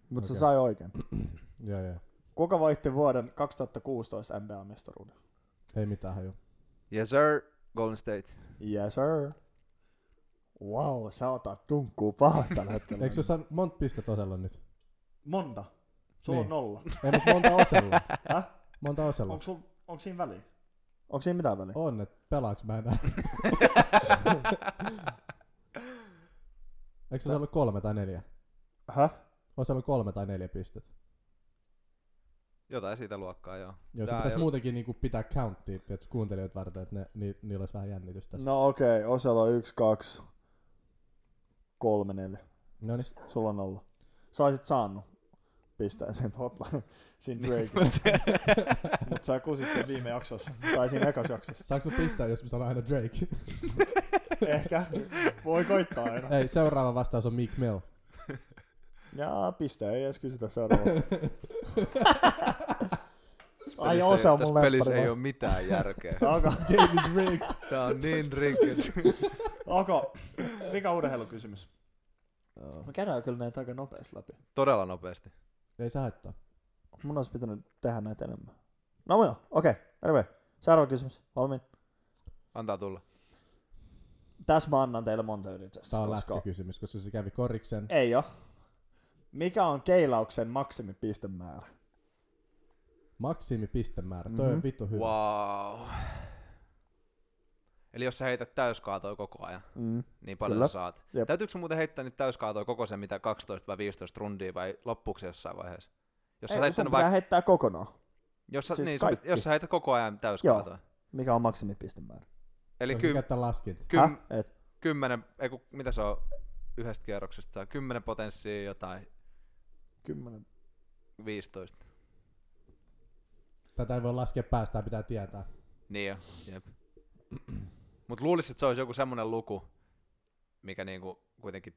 S1: Mutta se
S2: Okei.
S1: sai oikein.
S2: Joo, joo.
S1: Kuka voitti vuoden 2016 NBA-mestaruuden?
S2: Ei mitään haju.
S3: Yes sir. Golden State.
S1: Yes sir. Wow, sä otat dunkkuu pahasta tällä hetkellä.
S2: Eikö se ole monta pistettä osalla nyt?
S1: Monta. Sulla on
S2: Niin.
S1: nolla.
S2: Ei, mutta monta osalla.
S1: Häh?
S2: Monta osalla.
S1: Onko, sul, onko siinä väliä? Onko siinä mitään väliä?
S2: On, et pelaaks mä enää. Eikö se ollut kolme tai neljä?
S1: Häh?
S2: Olisi ollut kolme tai neljä pistettä.
S3: Jotain siitä luokkaa, joo.
S2: Jos
S3: Tää
S2: pitäisi
S3: ei-
S2: muutenkin niinku pitää counttia, että kuuntelijat varten, että ne, ni, niillä olisi vähän jännitys tässä.
S1: No okei, okay. Osella on yksi, kaksi, kolme, neljä.
S2: No niin.
S1: Sulla on nolla. Saisit saanut pistää sen hotline siinä
S3: Niin.
S1: Drakeissa,
S3: Mut-
S1: mutta sä kusit sen viime jaksossa, tai siinä ekas jaksossa.
S2: Saanko mä pistää, jos mä sanon aina Drake?
S1: Ehkä. Voi koittaa aina.
S2: Ei, seuraava vastaus on Meek Mill.
S1: Jaa, piste, ei edes kysytä seuraavaa. Ai
S3: pelissä
S1: osa
S3: ei-
S1: on mun
S3: tässä pelissä
S1: lemppari.
S3: ei
S1: vai?
S3: ole mitään järkeä.
S1: Alko,
S2: Game is rigged.
S3: Tää on niin rikkis.
S1: alko, mikä urheilukysymys? Me käydään kyllä näitä aika nopeasti läpi.
S3: Todella nopeasti.
S2: Ei se haittaa.
S1: Mun olisi pitänyt tehdä näitä enemmän. No joo, okei. Okay. Anyway, seuraava kysymys. Valmiin.
S3: Antaa tulla.
S1: Tässä mä annan teille monta yritystä.
S2: Tää on
S1: koska-
S2: lähtökysymys, koska se kävi koriksen.
S1: Ei oo. Mikä on keilauksen maksimipistemäärä?
S2: Maksimi pistemäärä. Toi on
S1: Mhm.
S2: vittu hyvä.
S3: Wow. Eli jos sä heität täyskaatoa koko ajan,
S1: Mm.
S3: niin paljon
S1: Kyllä.
S3: sä saat.
S1: Jep.
S3: Täytyykö sun muuten heittää nyt täyskaatoa koko sen, mitä 12 vai 15 rundia vai loppuksi jossain vaiheessa? Jos sä,
S1: Ei, sun
S3: heität,
S1: pitää
S3: vai...
S1: heittää kokonaan.
S3: jos, sä,
S1: siis
S3: niin, sun, pit-
S1: kaikki.
S3: jos sä heität koko ajan täyskaatoa.
S1: Mikä on maksimipistemäärä?
S3: Eli
S2: Eli
S3: ky-
S2: kyllä. Käyttää laskinta.
S3: ky-
S1: Häh? Et,
S3: kymmenen, ei kun, mitä se on yhdestä kierroksesta? Kymmenen potenssia jotain,
S1: kymmenen.
S3: 15.
S2: Tätä ei voi laskea päästä, pitää tietää.
S3: Niin jo, jep. Mut luulisin, että se olisi joku semmonen luku, mikä niinku kuitenkin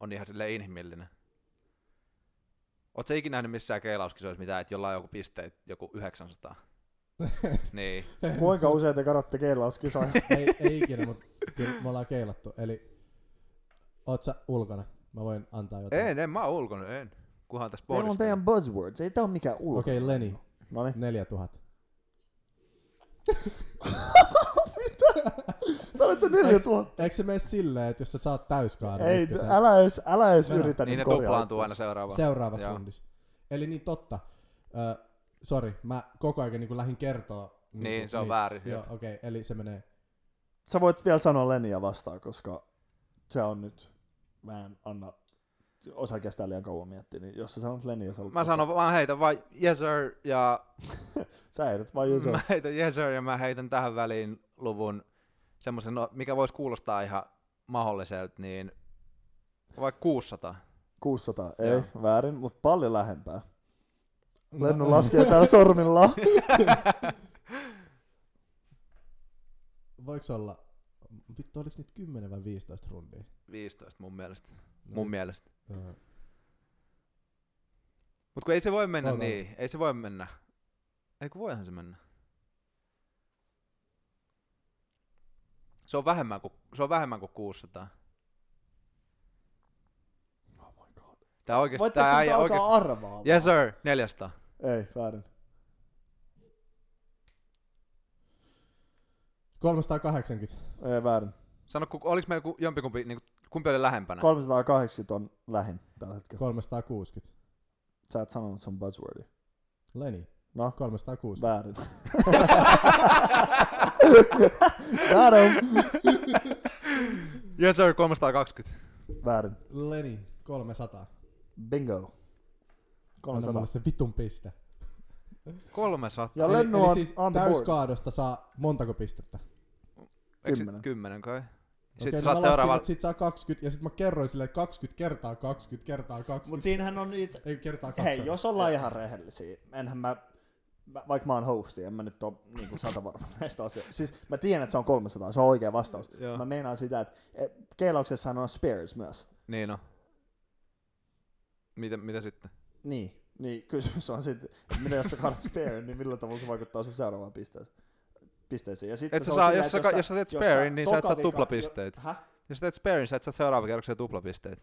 S3: on ihan sille inhimillinen. Oot sä ikinä nähnyt missään keilauskisoissa mitään, että jollain on joku pisteet, joku 900? niin.
S1: Kuinka usein te katsotte keilauskisoja?
S2: ei, ei ikinä, mutta kyllä me ollaan keilattu. Eli oot sä ulkona? Mä voin antaa jotain.
S3: En, en mä oon ulkona, en. Kuhan tässä
S1: Teillä on teidän buzzwords, ei tää on mikään ulko.
S2: Okei, okay, Leni,
S1: No niin.
S2: 4000.
S1: Sanoit sä 4000?
S2: Eikö se mene silleen, että jos sä saat täyskaaren
S1: Ei,
S2: ykkösen
S1: älä edes, älä edes
S2: Mennään.
S1: yritä
S3: Niin ne
S1: nyt korjaa
S3: tuplaantuu aina
S1: itseäsi.
S3: seuraavaan.
S2: seuraavassa
S3: Joo.
S2: rundissa. Eli niin totta. Ö, sori, mä koko ajan niin lähdin kertoa. niinku,
S3: Niin, se on väärin,
S2: Joo,
S3: jep.
S2: okei, okay, eli se menee.
S1: Sä voit vielä sanoa Lenia vastaan, koska se on nyt, mä en anna, osa kestää liian kauan miettiä, niin jos sä sanot Lenia, sä voit
S3: Mä
S1: vastaa.
S3: sanon vaan heitä vaan yes sir ja
S1: Sä ehdot vaan Jesu.
S3: Mä heitän yes sir, ja mä heitän tähän väliin luvun semmoisen, no, mikä voisi kuulostaa ihan mahdolliselta, niin vaikka 600.
S1: 600, ei,
S3: Joo.
S1: väärin, mutta paljon lähempää. Lennu
S2: No,
S1: laskee täällä sormilla.
S2: Voiko se olla, vittu oliks niitä 10 vai 15 rundia?
S3: 15 mun mielestä.
S2: No,
S3: Mun mielestä.
S2: Ö,
S3: Mut kun ei se voi mennä
S2: Oota.
S3: niin, ei se voi mennä. Ei kun voihan se mennä. Se on vähemmän kuin, se on vähemmän kuin 600.
S1: Oh my god.
S3: Tää oikeesti,
S1: Voitteko sä
S3: tää
S1: nyt
S3: äijä
S1: alkaa
S3: oikeesti.
S1: arvaa?
S3: Yes sir, 400.
S1: Ei, väärin.
S2: 380.
S1: Ei, väärin.
S3: Sano, ku, oliks meillä ku- jompikumpi, niin kumpi oli lähempänä?
S1: 380 on lähin tällä hetkellä.
S2: 360.
S1: Sä et sanonut sun buzzwordi.
S2: Leni,
S1: No,
S2: 360.
S1: väärin. Got him.
S3: yes sir, 320.
S1: Väärin.
S2: Leni, 300.
S1: Bingo.
S2: Anna
S1: 300.
S2: mulle se vitun piste.
S3: 300.
S1: Ja Lennu on
S2: siis
S1: on the board.
S2: täyskaadosta saa montako pistettä?
S3: Eiks se-
S1: Kymmenen.
S3: Kymmenen kai. Sitten
S2: Okei, no
S3: sä saat
S2: mä laskin,
S3: seuraavalla...
S2: että sit saa 20, ja sit mä kerroin silleen 20 kertaa 20 kertaa 20.
S1: Mut siinähän on niitä,
S2: Ei kertaa 20.
S1: hei, jos ollaan ihan rehellisiä, enhän mä, mä vaikka mä oon hosti, en mä nyt oo niinku sata varma näistä asioista. Siis mä tiedän, että se on 300, se on oikea vastaus.
S3: Joo.
S1: Mä meinaan sitä, että eh, keilauksessahan on spares myös.
S3: Niin no. Mitä, mitä sitten?
S1: Niin, niin kysymys on sitten, että mitä jos sä kaadat spare, niin millä tavalla se vaikuttaa sun seuraavaan pisteeseen? pisteeseen. Ja sitten
S3: Et
S1: se
S3: sä
S1: on
S3: saa-
S1: silleen,
S3: jos
S1: että
S3: sä ka- jos sä teet
S1: jos
S3: sparein, niin sä et
S1: toka
S3: saa
S1: vika-
S3: tuplapisteitä.
S1: jo- Häh?
S3: Jos sä teet sparein, sä et saa seuraava kerrokseen tuplapisteet.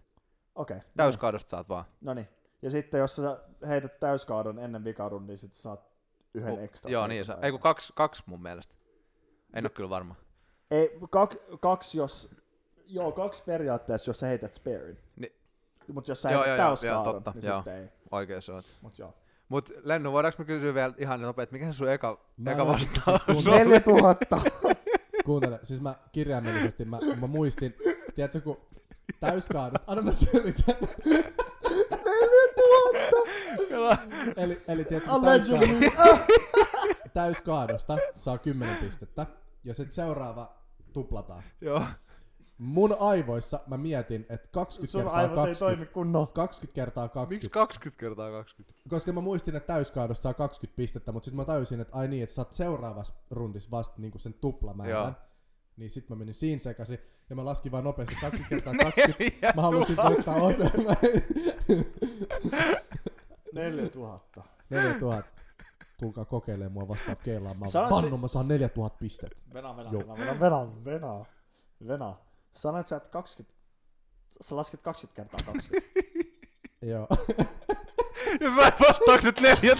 S1: Okei.
S3: Täyskaadosta saat vaan.
S1: No niin. Ja sitten jos sä heität täyskaadon ennen vikaadun, niin sit sä saat yhden
S3: Ku-
S1: ekstra.
S3: Joo, niin. Saa. Ei kun kaksi, kaksi mun mielestä. En ole kyllä varma.
S1: Ei, kaksi, kaksi jos... Joo, kaksi periaatteessa, jos sä heität sparein.
S3: Ni-
S1: Mutta jos sä
S3: Niin. Joo,
S1: heität
S3: joo, joo,
S1: täyskaadon,
S3: joo, totta,
S1: niin
S3: joo.
S1: sitten ei.
S3: Oikein oot.
S1: Mut joo.
S3: Mut Lennu, voidaanko me kysyä vielä ihan nopea, että mikä se sun eka,
S2: Mä
S3: eka
S2: en oikeesti
S3: vastaus
S2: siis
S3: on?
S2: kuunnellut.
S1: 4000.
S2: Kuuntele, siis mä kirjaimellisesti, mä, mä muistin, tiedätkö kun täyskaadosta, anna mä selitän. eli, eli tiedätkö kun täyskaadosta,
S1: Allegedly. Ah!
S2: täyskaadosta saa 10 pistettä ja sitten seuraava tuplataan.
S3: Joo.
S2: Mun aivoissa mä mietin, että 20
S1: Sun
S2: kertaa
S1: aivot ei
S2: 20,
S1: toimi kunnolla.
S2: 20 kertaa 20,
S3: Miksi 20 kertaa 20?
S2: koska mä muistin, että täyskaadosta saa 20 pistettä, mutta sitten mä tajusin, että ai niin, että saat seuraavassa rundissa vasta niinku sen
S3: Joo.
S2: tuplamäärän. Niin sit mä menin siinä sekaisin ja mä laskin vaan nopeasti 20 kertaa 20.
S3: Neljä
S2: mä halusin voittaa osan.
S1: 4000.
S2: 4000. Tulkaa kokeilemaan mua vastaan keilaamaan.
S1: Sanoit se-
S2: Pannu, mä saan 4000 pistettä.
S1: Venä, venä,
S2: Joo.
S1: venä, venä, venä, venä, venä. Sanoit sä, että 20, sä lasket 20 kertaa 20.
S2: Joo.
S3: Ja sai vastaukset neljä.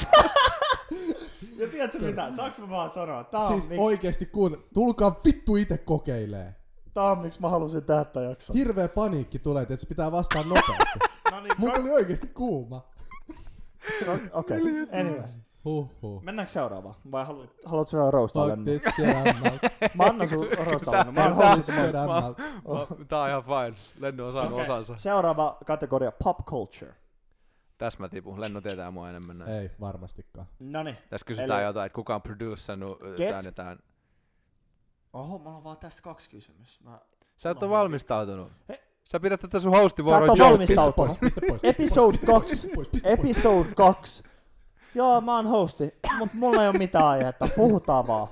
S1: ja tiedätkö mitä, saaks mä vaan sanoa, tää on,
S2: siis
S1: siis miksi,
S2: oikeesti kuun, tulkaa vittu itse kokeilee.
S1: tää on miksi mä halusin tehdä tää jakson.
S2: Hirveä paniikki tulee, että se pitää vastaan nopeasti.
S1: No niin,
S2: Mulla oli oikeesti kuuma.
S1: no, okei, okay. anyway.
S2: Huhhuh.
S1: Mennäänkö seuraavaan? Vai haluat, haluatko vielä roustaa
S2: Fuck
S1: Lennu?
S2: this shit, I'm out.
S1: Mä annan sun roustaa Lennu. Mä
S2: Fuck
S1: en halua
S2: this shit, I'm out.
S3: Tää on ihan fine. Lennu on saanut
S1: Okei,
S3: osansa.
S1: Seuraava kategoria, pop culture.
S3: Tässä mä tipun. Lennu tietää mua enemmän näistä.
S2: Ei varmastikaan.
S1: Noniin.
S3: Tässä kysytään
S1: Eli-
S3: jotain, että kuka on no, producernut
S1: Ket-
S3: tämän ja tämän.
S1: Oho, mä oon vaan tästä kaksi kysymystä. Mä...
S3: Sä et
S1: Mulla
S3: ole
S1: on
S3: valmistautunut.
S1: He-
S3: Sä pidät tätä sun hostivuoroa.
S1: Sä et oo
S3: juoppi.
S1: valmis-
S2: Pistä
S1: Mistautunut.
S2: pois, pistä pois. pistä pois,
S1: Episode
S2: pistä pois,
S1: 2.
S2: pistä pois, pistä pois.
S1: Episode 2. Joo, mä oon hosti, mut mulla ei oo mitään aihetta. Puhutaan vaan.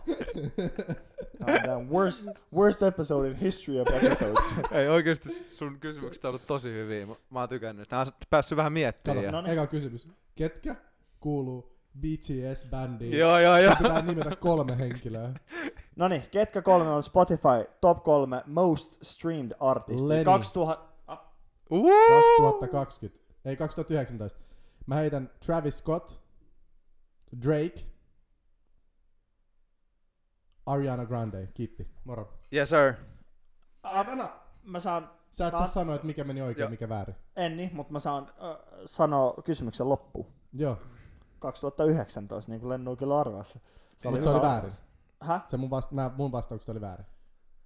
S1: Tää on tää worst, worst episode in history of episodes.
S3: Ei oikeesti sun kysymykset on ollut tosi hyviä. Mä, mä oon tykännyt. Tää on päässyt vähän
S2: Kato,
S3: miettimään. ja-
S1: no niin.
S2: eka kysymys. Ketkä kuuluu
S1: niin.
S2: BTS-bändiin?
S3: Joo, joo, joo.
S2: Sun pitää nimetä kolme henkilöä.
S1: No niin, ketkä kolme on Spotify top kolme most streamed artisti?
S2: Lenny.
S1: 2000... Ah,
S3: Uuu!
S2: 2020. Ei, 2019. Mä heitän Travis Scott, Drake, Ariana Grande. Kiitti. Moro.
S3: Yes sir.
S1: Avena. Mä saan...
S2: Sä et
S1: Mä
S2: saa
S1: oon-
S2: sanoa, että mikä meni oikein,
S3: Joo.
S2: mikä väärin.
S1: En niin, mutta mä saan äh, sanoa kysymyksen loppuun.
S2: Joo,
S1: 2019, niin kuin Lennu kyllä arvassa.
S2: mutta se oli
S1: hyvä
S2: väärin.
S1: arvaus. Häh?
S2: Se mun, vasta- nää, mun vastaukset oli väärin.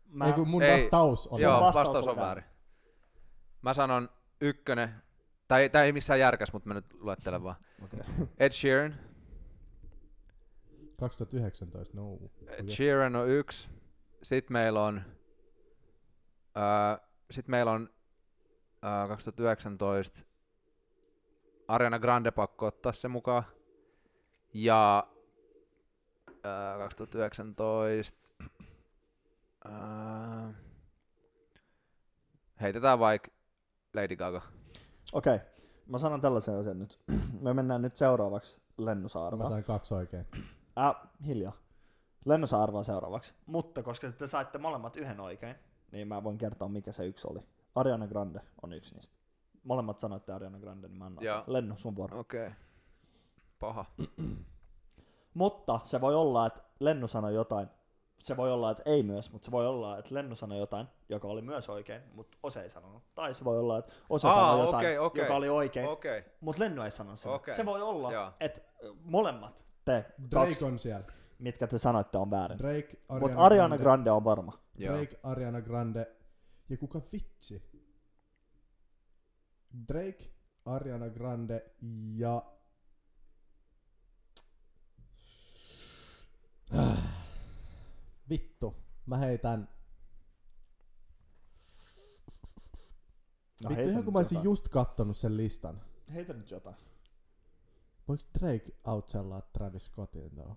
S1: Mä,
S2: Ei kun mun
S3: Ei.
S2: vastaus oli
S3: Joo,
S2: väärin.
S1: vastaus
S3: vastaus,
S1: oli
S3: on
S1: väärin.
S3: väärin. Mä sanon ykkönen. Tai, tai ei missään järkäs, mutta mä nyt luettelen vaan.
S1: Okei.
S3: Ed Sheeran.
S2: 2019, no.
S3: Ed Sheeran on yksi. Sitten meillä on... Öö, Sitten meillä on öö, 2019 Ariana Grande pakko ottaa se mukaan. Ja öö, 2019... Öö, heitetään vaikka Lady Gaga.
S1: Okei, mä sanon tällaisen asian nyt. Me mennään nyt seuraavaksi
S2: Mä
S1: Lennusaarvaan.
S2: sain kaksi oikein.
S1: Äh, hiljaa. Lennusaarvaa seuraavaksi. Mutta koska te saitte molemmat yhden oikein, niin mä voin kertoa mikä se yksi oli. Ariana Grande on yksi niistä. Molemmat sanoitte Ariana Grande, niin mä annan
S3: Joo.
S1: sen. Lennu, sun vuoro.
S3: Okei. Okay. Paha.
S1: Mutta se voi olla, että Lennu sanoi jotain. Se voi olla, että ei myös, mutta se voi olla, että Lennu sanoi jotain, joka oli myös oikein, mutta Ose ei sanonut. Tai se voi olla, että Ose
S3: Aa,
S1: sanoi jotain,
S3: okei, okei.
S1: joka oli oikein, okay.
S3: Okei. Okay.
S1: mutta Lennu ei sanonut sitä.
S3: Okei.
S1: Se voi olla,
S3: Joo.
S1: että molemmat te kaksi,
S2: Drake on siellä.
S1: mitkä te sanoitte on väärin.
S2: Drake,
S1: Mutta
S2: Ariana,
S1: Ariana
S2: Grande.
S1: Grande on varma. No
S3: Joo.
S2: Drake, Ariana Grande ja kuka vitsi? Drake, Ariana Grande ja... Vittu, mä heitän...
S1: No
S2: Vittu,
S1: heitä
S2: ihan
S1: nyt
S2: kun mä olisin
S1: jotain.
S2: just kattonut sen listan.
S1: Heitä nyt jotain.
S2: Voiko Drake outsellaa Travis Scottin though?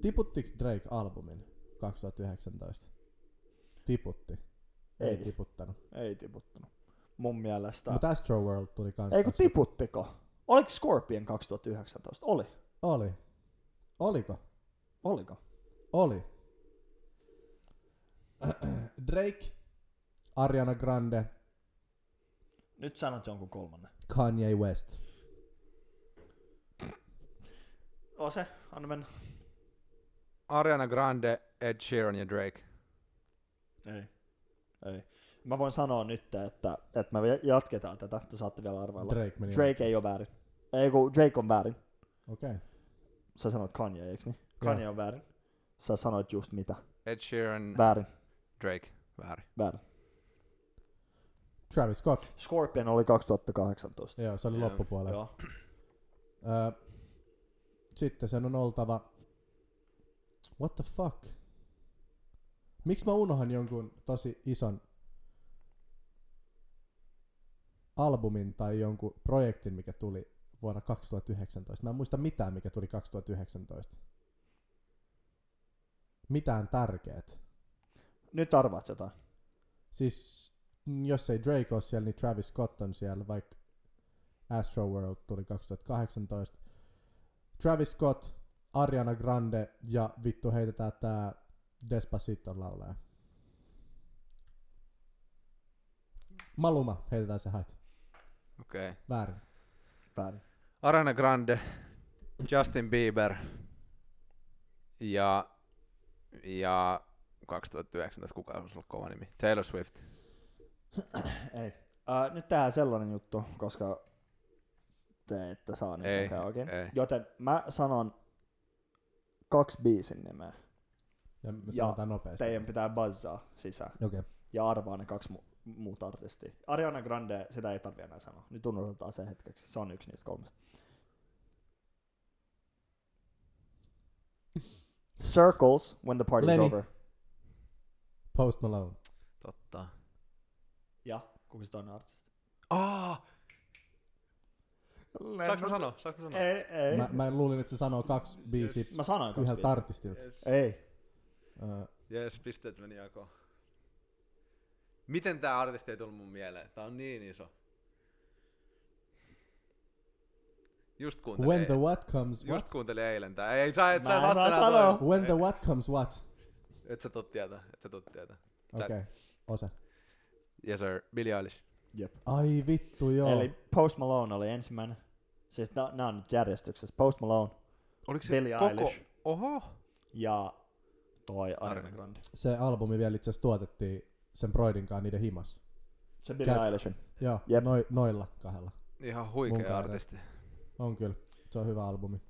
S2: Tiputtiks Drake albumin 2019? Tiputti. Ei,
S1: Ei.
S2: tiputtanut.
S1: Ei tiputtanut. Mun mielestä.
S2: Mutta Astro World tuli kans.
S1: Ei kun
S2: 20
S1: tiputtiko? Oliko Scorpion 2019? Oli.
S2: Oli. Oliko?
S1: Oliko?
S2: Oli. Drake, Ariana Grande,
S1: Nyt sanot jonkun kolmannen.
S2: Kanye West.
S1: Oo se, anna mennä.
S3: Ariana Grande, Ed Sheeran ja Drake.
S1: Ei. Ei. Mä voin sanoa nyt, että, että me jatketaan tätä, te saatte vielä arvailla. Drake,
S2: Drake meni.
S1: Drake ei ole väärin. Ei kun Drake on väärin.
S2: Okei. Okay.
S1: Sä sanoit Kanye, eiks niin? Kanye on väärin. Sä sanoit just mitä?
S3: Ed Sheeran,
S1: Väärin,
S3: Drake. Väärin.
S1: väärin.
S2: Travis Scott.
S1: Scorpion oli 2018.
S2: Joo, se oli
S3: Joo.
S2: loppupuolella.
S1: Joo.
S2: Öö, sitten sen on oltava... What the fuck? Miksi mä unohan jonkun tosi ison albumin tai jonkun projektin, mikä tuli vuonna 2019. Mä en muista mitään, mikä tuli 2019. Mitään tärkeät.
S1: Nyt arvaat jotain.
S2: Siis mm, jos ei Drake ole siellä, niin Travis Scott on siellä, vaikka Astro World tuli 2018. Travis Scott, Ariana Grande ja vittu heitetään tää Despacito laulaja. Maluma, heitetään se hait.
S3: Okei. Okay.
S2: Väärin.
S1: Väärin.
S3: Ariana Grande, Justin Bieber ja, ja 2019, kuka olisi ollut kova nimi? Taylor Swift.
S1: Ei. Uh, nyt tehdään sellainen juttu, koska te ette saa
S3: Ei,
S1: niitä oikein.
S3: ei.
S1: Joten mä sanon kaksi biisin nimeä.
S2: Ja me
S1: Ja
S2: sanotaan nopeasti.
S1: Teidän pitää buzzaa sisään
S2: Okei. Okay.
S1: ja arvaa ne kaksi mu- muuta artistia. Ariana Grande, sitä ei tarvi enää sanoa. Nyt unohdetaan se hetkeksi. Se on yksi niistä kolmesta. Circles, when the party's
S2: Lenny.
S1: over.
S2: Post Malone.
S3: Totta.
S1: Ja kuka se toinen artisti?
S3: Ah! Saanko mä sanoa? Saanko mä sanoa?
S1: Ei, ei.
S2: Mä, mä luulin, että se sanoo kaksi biisiä
S1: Mä sanoin kaksi
S2: yhdeltä
S1: biisiä.
S2: artistilta.
S3: Yes.
S1: Ei.
S2: Öö,
S3: yes, pisteet meni jakoon. Miten tää artisti ei tullut mun mieleen? Tää on niin iso. Just kuuntelin,
S2: when
S3: ei-
S2: the what comes
S3: just
S2: what?
S3: kuuntelin eilen tää. Ei, sä et sä
S1: Mä en
S3: saat
S1: saa
S3: enää
S1: sanoa.
S3: sanoa.
S2: When the what comes what?
S3: Et sä tot tietää, et sä tot tietää.
S2: Okei, okay. osa.
S3: Yes sir, Billie Eilish.
S1: Jep.
S2: Ai vittu joo.
S1: Eli Post Malone oli ensimmäinen. Siis nää nää on nyt järjestyksessä. Post Malone
S3: Oliko se
S1: Billie
S3: koko?
S1: Eilish.
S3: Oho!
S1: ja toi Ariana
S3: Ariana.
S1: Grande.
S2: se albumi vielä itse asiassa tuotettiin sen Broidinkaan niiden himas.
S1: Se Billie
S2: Kä-
S1: Eilishin.
S2: Joo,
S1: Jep.
S2: noi, noilla kahdella.
S3: Ihan
S2: Mun
S3: huikea
S2: kavereita.
S3: artisti.
S2: On kyllä, se on hyvä albumi.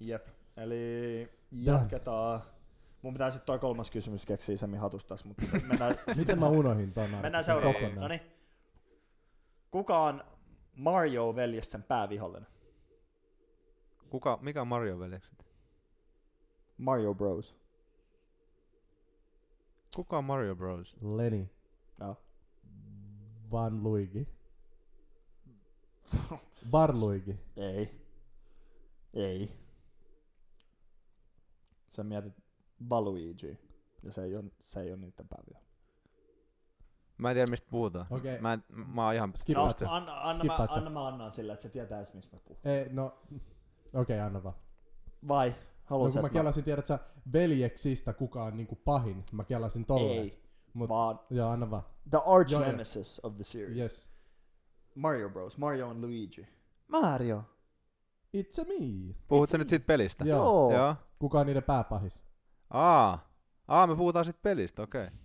S1: Jep. Eli jatketaan. Mun pitää sitten toi kolmas kysymys keksiä Sami hatustas, mutta mennään,
S2: Miten mä unohin ton
S1: mennään
S2: artistin
S1: seuraavaan.
S2: kokonaan?
S1: No niin. Kuka on Mario-veljesten päävihollinen?
S3: Kuka, mikä on Mario veljekset?
S1: Mario Bros.
S3: Kuka on Mario Bros?
S2: Lenny
S1: Joo.
S2: Van Luigi. Barluigi.
S1: Ei. Ei. Sä mietit Baluigi. Ja se ei ole, se ei ole niiden päävihollinen.
S3: Mä en tiedä mistä puhutaan.
S2: Okei.
S3: Mä, en, mä oon ihan...
S1: No,
S2: Skippaat no,
S1: anna, anna, mä,
S2: Skippaat sä.
S1: anna mä annan sillä, että se tietää edes, mistä mä puhun.
S2: Ei, no, okei, okay, anna vaan.
S1: Vai?
S2: No,
S1: Haluatko
S2: kun mä
S1: että
S2: kelasin, tiedät sä, veljeksistä kuka on niinku pahin. Mä kelasin tolleen.
S1: Ei,
S2: Mut-
S1: vaan
S2: Joo, anna vaan.
S1: The arch
S2: Joo, joo.
S1: nemesis of the series.
S2: Yes.
S1: Mario Bros. Mario and Luigi. Mario.
S2: It's a me.
S3: Puhut sä nyt siitä pelistä?
S2: Joo.
S1: Joo.
S3: Joo.
S2: Kuka on niiden pääpahis?
S3: Aa. Aa, me puhutaan siitä pelistä, okei. Okay.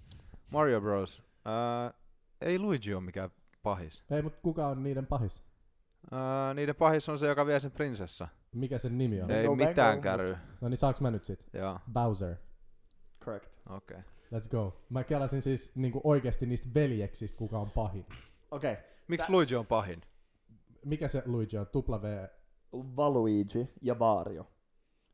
S3: Mario Bros. Ää, ei Luigi ole mikään pahis.
S2: Ei, mut kuka on niiden pahis?
S3: Ää, niiden pahis on se, joka vie sen prinsessa.
S2: Mikä sen nimi on?
S1: Ei.
S3: Ei
S1: Bingo,
S3: mitään
S1: bango,
S3: käry.
S2: No niin, saaks mä nyt sit?
S3: Joo,
S2: Bowser.
S1: Correct.
S3: okei. Okay.
S2: Let's go. Mä kelasin siis niinku oikeasti niistä veljeksistä, kuka on pahin.
S1: Okei. Okay.
S3: Miksi
S1: Tää-
S3: Luigi on pahin?
S2: Mikä se Luigi on? Tupla V.
S1: Valuigi ja Mario.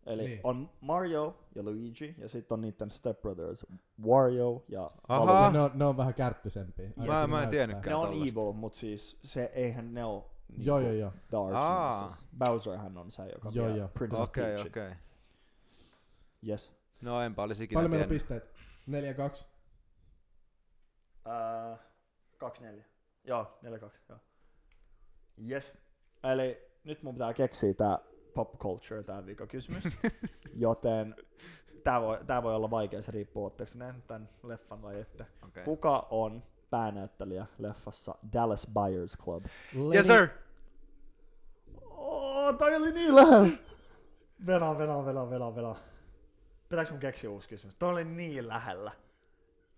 S1: Eli
S2: Niin.
S1: niin. on Mario ja Luigi, ja sitten on niiden Step Brothers, Wario ja
S3: Ahaa.
S1: Baloo.
S2: Ne, on, ne on vähän kärttysempiä. ainakin
S3: mä en
S2: näyttää.
S3: tiennytkään.
S1: Ne on
S3: tollasta.
S1: evil, mutta siis se eihän ne ole niinku
S2: Joo, joo, joo.
S1: dark
S3: Aa.
S1: nemesis. Bowserhän on se, joka
S2: Joo,
S1: joo,
S2: joo.
S1: joo. Princess
S3: Okei,
S1: Peachin.
S3: okei.
S1: Yes.
S3: No enpä olisi ikinä
S2: Paljon meillä on
S3: tiennyt.
S2: pisteet? 4-2.
S1: Äh, 2-4. Joo, 4-2. Joo. Yes. Eli nyt mun pitää keksiä tää pop culture, tää viikon kysymys. Joten tää voi, tää voi olla vaikea, se riippuu ootteko nähnyt tän leffan vai ette.
S3: Okei.
S1: Kuka on päänäyttelijä leffassa Dallas Buyers Club?
S3: Yes sir!
S1: Oh, toi oli niin lähellä! Vela, vela, vela, vela, vela. Pitääkö mun keksiä uusi kysymys? Toi oli niin lähellä.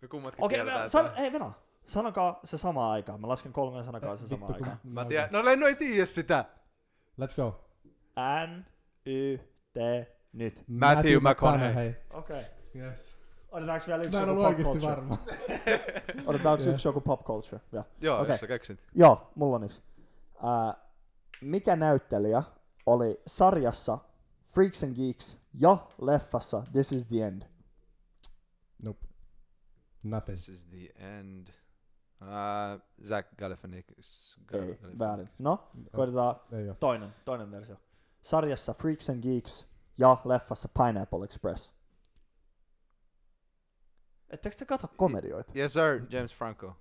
S3: Me kummatkin
S1: Okei,
S3: tiedetään.
S1: okay,
S3: San...
S1: san- hei Vena, sanokaa se samaan aikaan. Mä lasken kolmeen sanokaa se samaan aikaan.
S3: Mä tiedän. No Lenno ei tiedä sitä.
S2: Let's go.
S1: N, Y, T, nyt.
S3: Matthew McConaughey.
S1: Okei. Okay.
S2: Yes.
S1: Odotetaanko vielä yksi
S2: Mä en
S1: joku
S2: ollut
S1: pop
S2: oikeesti
S1: culture?
S2: varma.
S1: Odotetaanko
S2: Yes.
S1: yksi joku pop culture? Ja.
S3: Joo,
S1: Okei.
S3: jos sä keksit.
S1: Joo, mulla on yksi. Äh, mikä näyttelijä oli sarjassa Freaks and Geeks ja leffassa This is the End?
S2: Nope. Nothing.
S3: This is the end. Uh, Zach Galifianakis.
S1: Ei, väärin. No, koitetaan
S2: Ei oo.
S1: toinen, toinen versio. Sarjassa Freaks and Geeks ja leffassa Pineapple Express. Ettekö te katso komedioita?
S3: Yes sir, James Franco.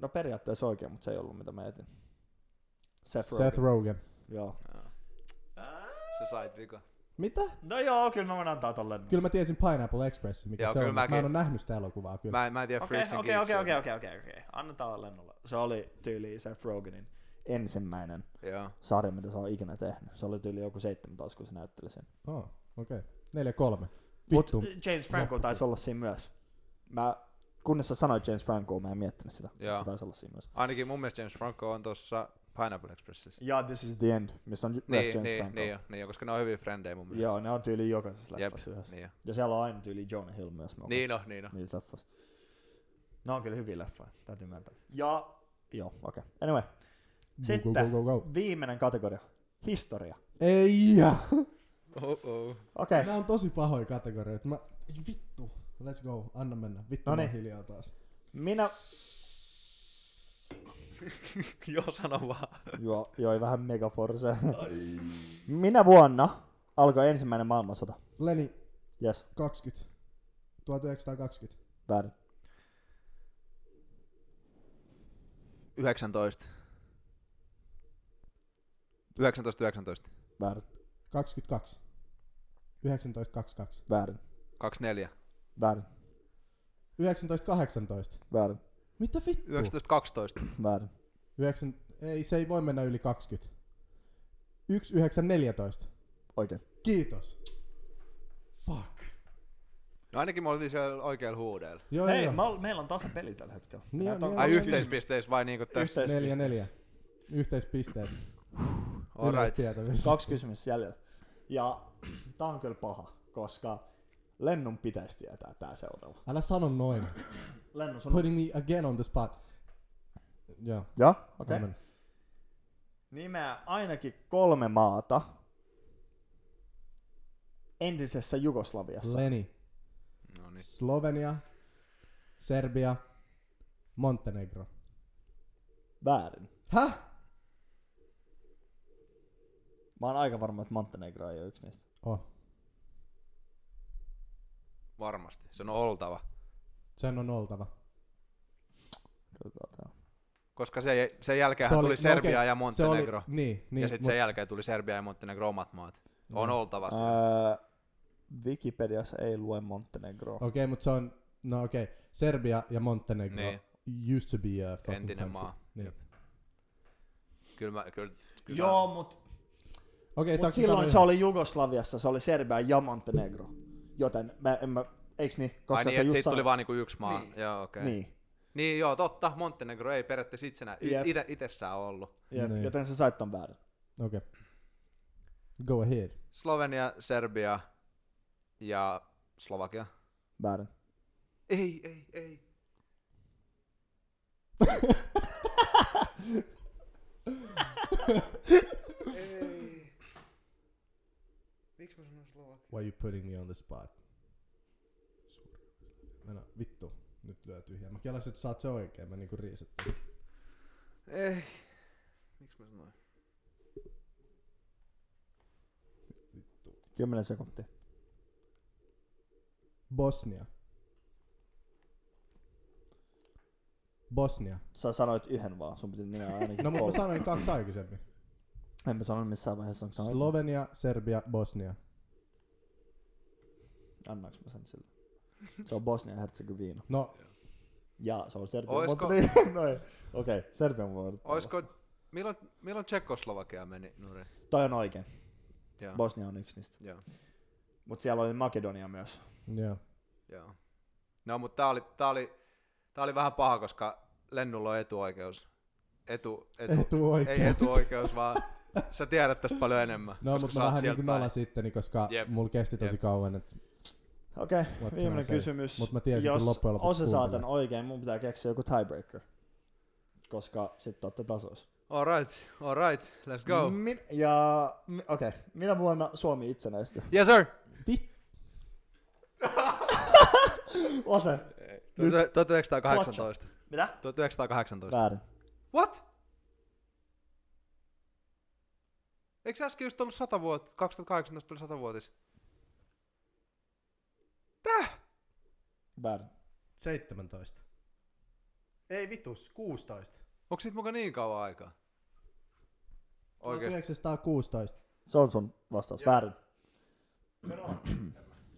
S1: No periaatteessa oikein, mutta se ei ollut mitä mä etin. Seth,
S2: Seth
S1: Rogen.
S2: Rogen.
S1: Joo.
S3: Joo. Sä sait vika.
S2: Mitä?
S1: Äh? No joo, kyllä mä voin antaa tolle.
S2: Kyllä mä tiesin Pineapple Express, mikä
S3: Joo,
S2: se on.
S3: kyllä
S2: mut Mä en
S3: mäkin.
S2: oo nähnyt sitä elokuvaa kyllä.
S3: Mä, mä en tiedä
S1: Okei,
S3: Freaks and
S1: okei,
S3: Geeks.
S1: okei, okei, okei, okei, okei. Annetaan lennolla. Se oli tyyli Seth Rogenin ensimmäinen
S3: Joo.
S1: sarja, mitä se on ikinä tehnyt. Se oli tyyli joku seitsemän taas, kun se näytteli sen.
S2: Oh, okei. Okay. 4-3.
S1: Mut
S2: Vittu.
S1: James Franco taisi olla siinä myös. Mä, kunnes sä sanoit James Franco, mä en miettinyt sitä.
S3: Joo.
S1: Joo. Se taisi olla siinä myös.
S3: Ainakin mun mielestä James Franco on tuossa Pineapple Expressissä.
S1: Ja This is the End, missä on myös
S3: Niin,
S1: James
S3: niin,
S1: Franco.
S3: niin, jo, niin jo, koska ne on hyviä frendejä mun mielestä.
S1: Joo, ne on tyyli jokaisessa
S3: Jep,
S1: leffassa yhdessä.
S3: niin jo.
S1: Ja siellä on aina tyyli Jonah Hill myös. mä
S3: Niin on, niin on.
S1: Niitä leffoissa. Ne on kyllä hyviä leffoja, täytyy myöntää. Ja... Joo, okei. Okay. Anyway. Sitten
S2: Go, go, go, go.
S1: viimeinen kategoria. Historia. No.
S2: Ei jää.
S1: Niin.
S3: Oh, oh.
S1: Okei. Okay.
S2: Nää on tosi pahoja kategorioita. Mä... Ei, Vittu. Let's go. Anna mennä. Vittu mä
S1: Noniin.
S2: oon hiljaa taas.
S1: Minä...
S3: Joo, sano vaan.
S1: Joo, joi vähän megaforse. Minä vuonna alkoi ensimmäinen maailmansota.
S2: Leni,
S1: Yes,
S2: 20. 1920.
S1: väärin.
S3: 19. 19, 19.
S1: Väärin.
S2: 22. 1922.
S1: Väärin.
S3: 24.
S1: Väärin.
S2: 1918.
S1: Väärin.
S2: Mitä vittu?
S3: 19, 12.
S1: Väärin.
S2: 9... Ei, se ei voi mennä yli 20. 1914.
S1: Oikein.
S2: Kiitos. Fuck.
S3: No ainakin me oltiin siellä oikealla huudeella.
S2: Joo,
S1: Hei,
S2: joo.
S1: mä, ol- meillä on tasapelit tällä hetkellä.
S2: Niin on,
S1: Tää on-
S2: niin
S3: Ai
S1: Onks
S3: yhteispisteissä vai niinku tässä?
S1: kysymys?
S2: Neljä,
S1: Yhteispisteet.
S2: neljä. Yhteispisteet.
S3: Alright.
S2: Yleistietävyys.
S1: Kaksi kysymystä jäljellä. Ja tää on kyllä paha, koska Lennun pitäisi tietää tää seuraava.
S2: Älä sano noin.
S1: Lennon sun...
S2: Putting me again on the spot. Joo.
S1: Joo, okei.
S2: Okei.
S1: Okay. Nimeä ainakin kolme maata entisessä Jugoslaviassa.
S2: Leni.
S3: No niin.
S2: Slovenia. Serbia. Montenegro.
S1: Väärin.
S2: Häh?
S1: Mä oon aika varma, että Montenegro ei ole yksi niistä.
S2: Oh.
S3: Varmasti. Se on oltava.
S2: Sen on oltava.
S1: Katsotaan tää.
S3: Koska sen, sen jälkeen
S2: Se oli-
S3: tuli Serbia
S2: no okei,
S3: ja
S2: se oli-
S3: Montenegro.
S2: Niin, niin.
S3: ja sitten
S2: mut-
S3: sen jälkeen tuli Serbia ja Montenegro omat maat. On
S2: Joo.
S3: oltava se.
S1: Öö, Wikipediassa ei lue Montenegroa.
S2: Okei, okay, mutta se on, no okei, okay. Serbia ja Montenegro
S3: Niin.
S2: used to be a fucking
S3: Entinen
S2: country.
S3: maa.
S2: Niin.
S3: Kyllä mä, kyllä, kyllä
S1: Joo, mut,
S2: Okei,
S1: mut
S2: okay,
S1: silloin se oli Jugoslaviassa, se oli Serbia ja Montenegro. Joten mä, en mä, eiks niin? Koska
S3: Ai niin,
S1: se
S3: että
S1: just
S3: siitä
S1: sanoi-
S3: tuli vaan niinku yksi maa.
S1: Niin.
S3: Joo, okei. Okay. Niin.
S1: Niin.
S3: niin. joo, totta. Montenegro ei periaatteessa itsenä,
S1: Jep.
S3: ite, itsessään ollut.
S1: Jep,
S2: Niin.
S1: Joten sä sait ton väärin.
S2: Okei. Okay. Go ahead.
S3: Slovenia, Serbia ja Slovakia.
S1: Väärin.
S3: Ei, ei, ei. ei. Miksi mä kovaksi.
S2: Why you putting me on the spot? Suora. Mennä, vittu. Nyt lyö tyhjää. Mä kelasin, että saat se oikein. Mä niinku riisettäisin.
S3: Ei. Miksi mä sanoin?
S2: Vittu.
S1: 10 sekuntia.
S2: Bosnia. Bosnia.
S1: Sä sanoit yhden vaan, sun piti nimeä ainakin
S2: No mutta mä
S1: kolme.
S2: sanoin kaksi aikaisemmin.
S1: En mä sanonut missään vaiheessa, onko sanoin.
S2: Slovenia, Serbia, Bosnia.
S1: Annaks mä sen sille? Se on Bosnia ja Herzegovina.
S2: No,
S1: Ja se on Serbia.
S3: Oisko-
S1: Mutta niin, no ei. Okei, okay, Serbia voi olla.
S3: Oisko... Milloin, milloin Tsekoslovakia meni nurin?
S1: Toi on oikein.
S3: Joo.
S1: Bosnia on yksi niistä.
S3: Joo.
S1: Mut siellä oli Makedonia myös.
S2: joo.
S3: Joo. No, mutta tää oli, tää oli, tää oli vähän paha, koska lennulla on etuoikeus. Etu, etu,
S2: Etuoikeus.
S3: Ei etuoikeus, vaan sä tiedät tästä paljon enemmän.
S2: No,
S3: koska
S2: mutta
S3: sä
S2: mä
S3: oot
S2: vähän
S3: sieltä
S2: niinku
S3: päin.
S2: nalasitteni, koska
S3: Jep.
S2: mulla kesti tosi
S3: Jep.
S2: kauan, että
S1: Okei,
S2: What
S1: okay,
S2: can
S1: viimeinen
S2: I say?
S1: kysymys.
S2: Mut mä tiesin, että
S1: Jos
S2: loppujen lopuksi
S1: osa saa tän
S2: kuuntelet.
S1: oikein, mun pitää keksiä joku tiebreaker. Koska sit olette tasoissa.
S3: All right, all right, let's go. Mm.
S1: Min- ja mi- okei, okay. minä vuonna Suomi itsenäistyi?
S3: Yes, sir!
S2: Vittu.
S1: Ose. Nyt.
S3: Tuota- 1918.
S1: Mitä?
S3: 1918.
S1: Väärin.
S3: What? Eikö äsken just ollut 100 vuotta? 2018 tuli 100 vuotis.
S1: Väärin.
S2: 17. Ei vitus, 16.
S3: Onko siitä muka niin kauan aikaa? Oikeesti.
S2: 1916.
S1: Se on sun vastaus. Väärin.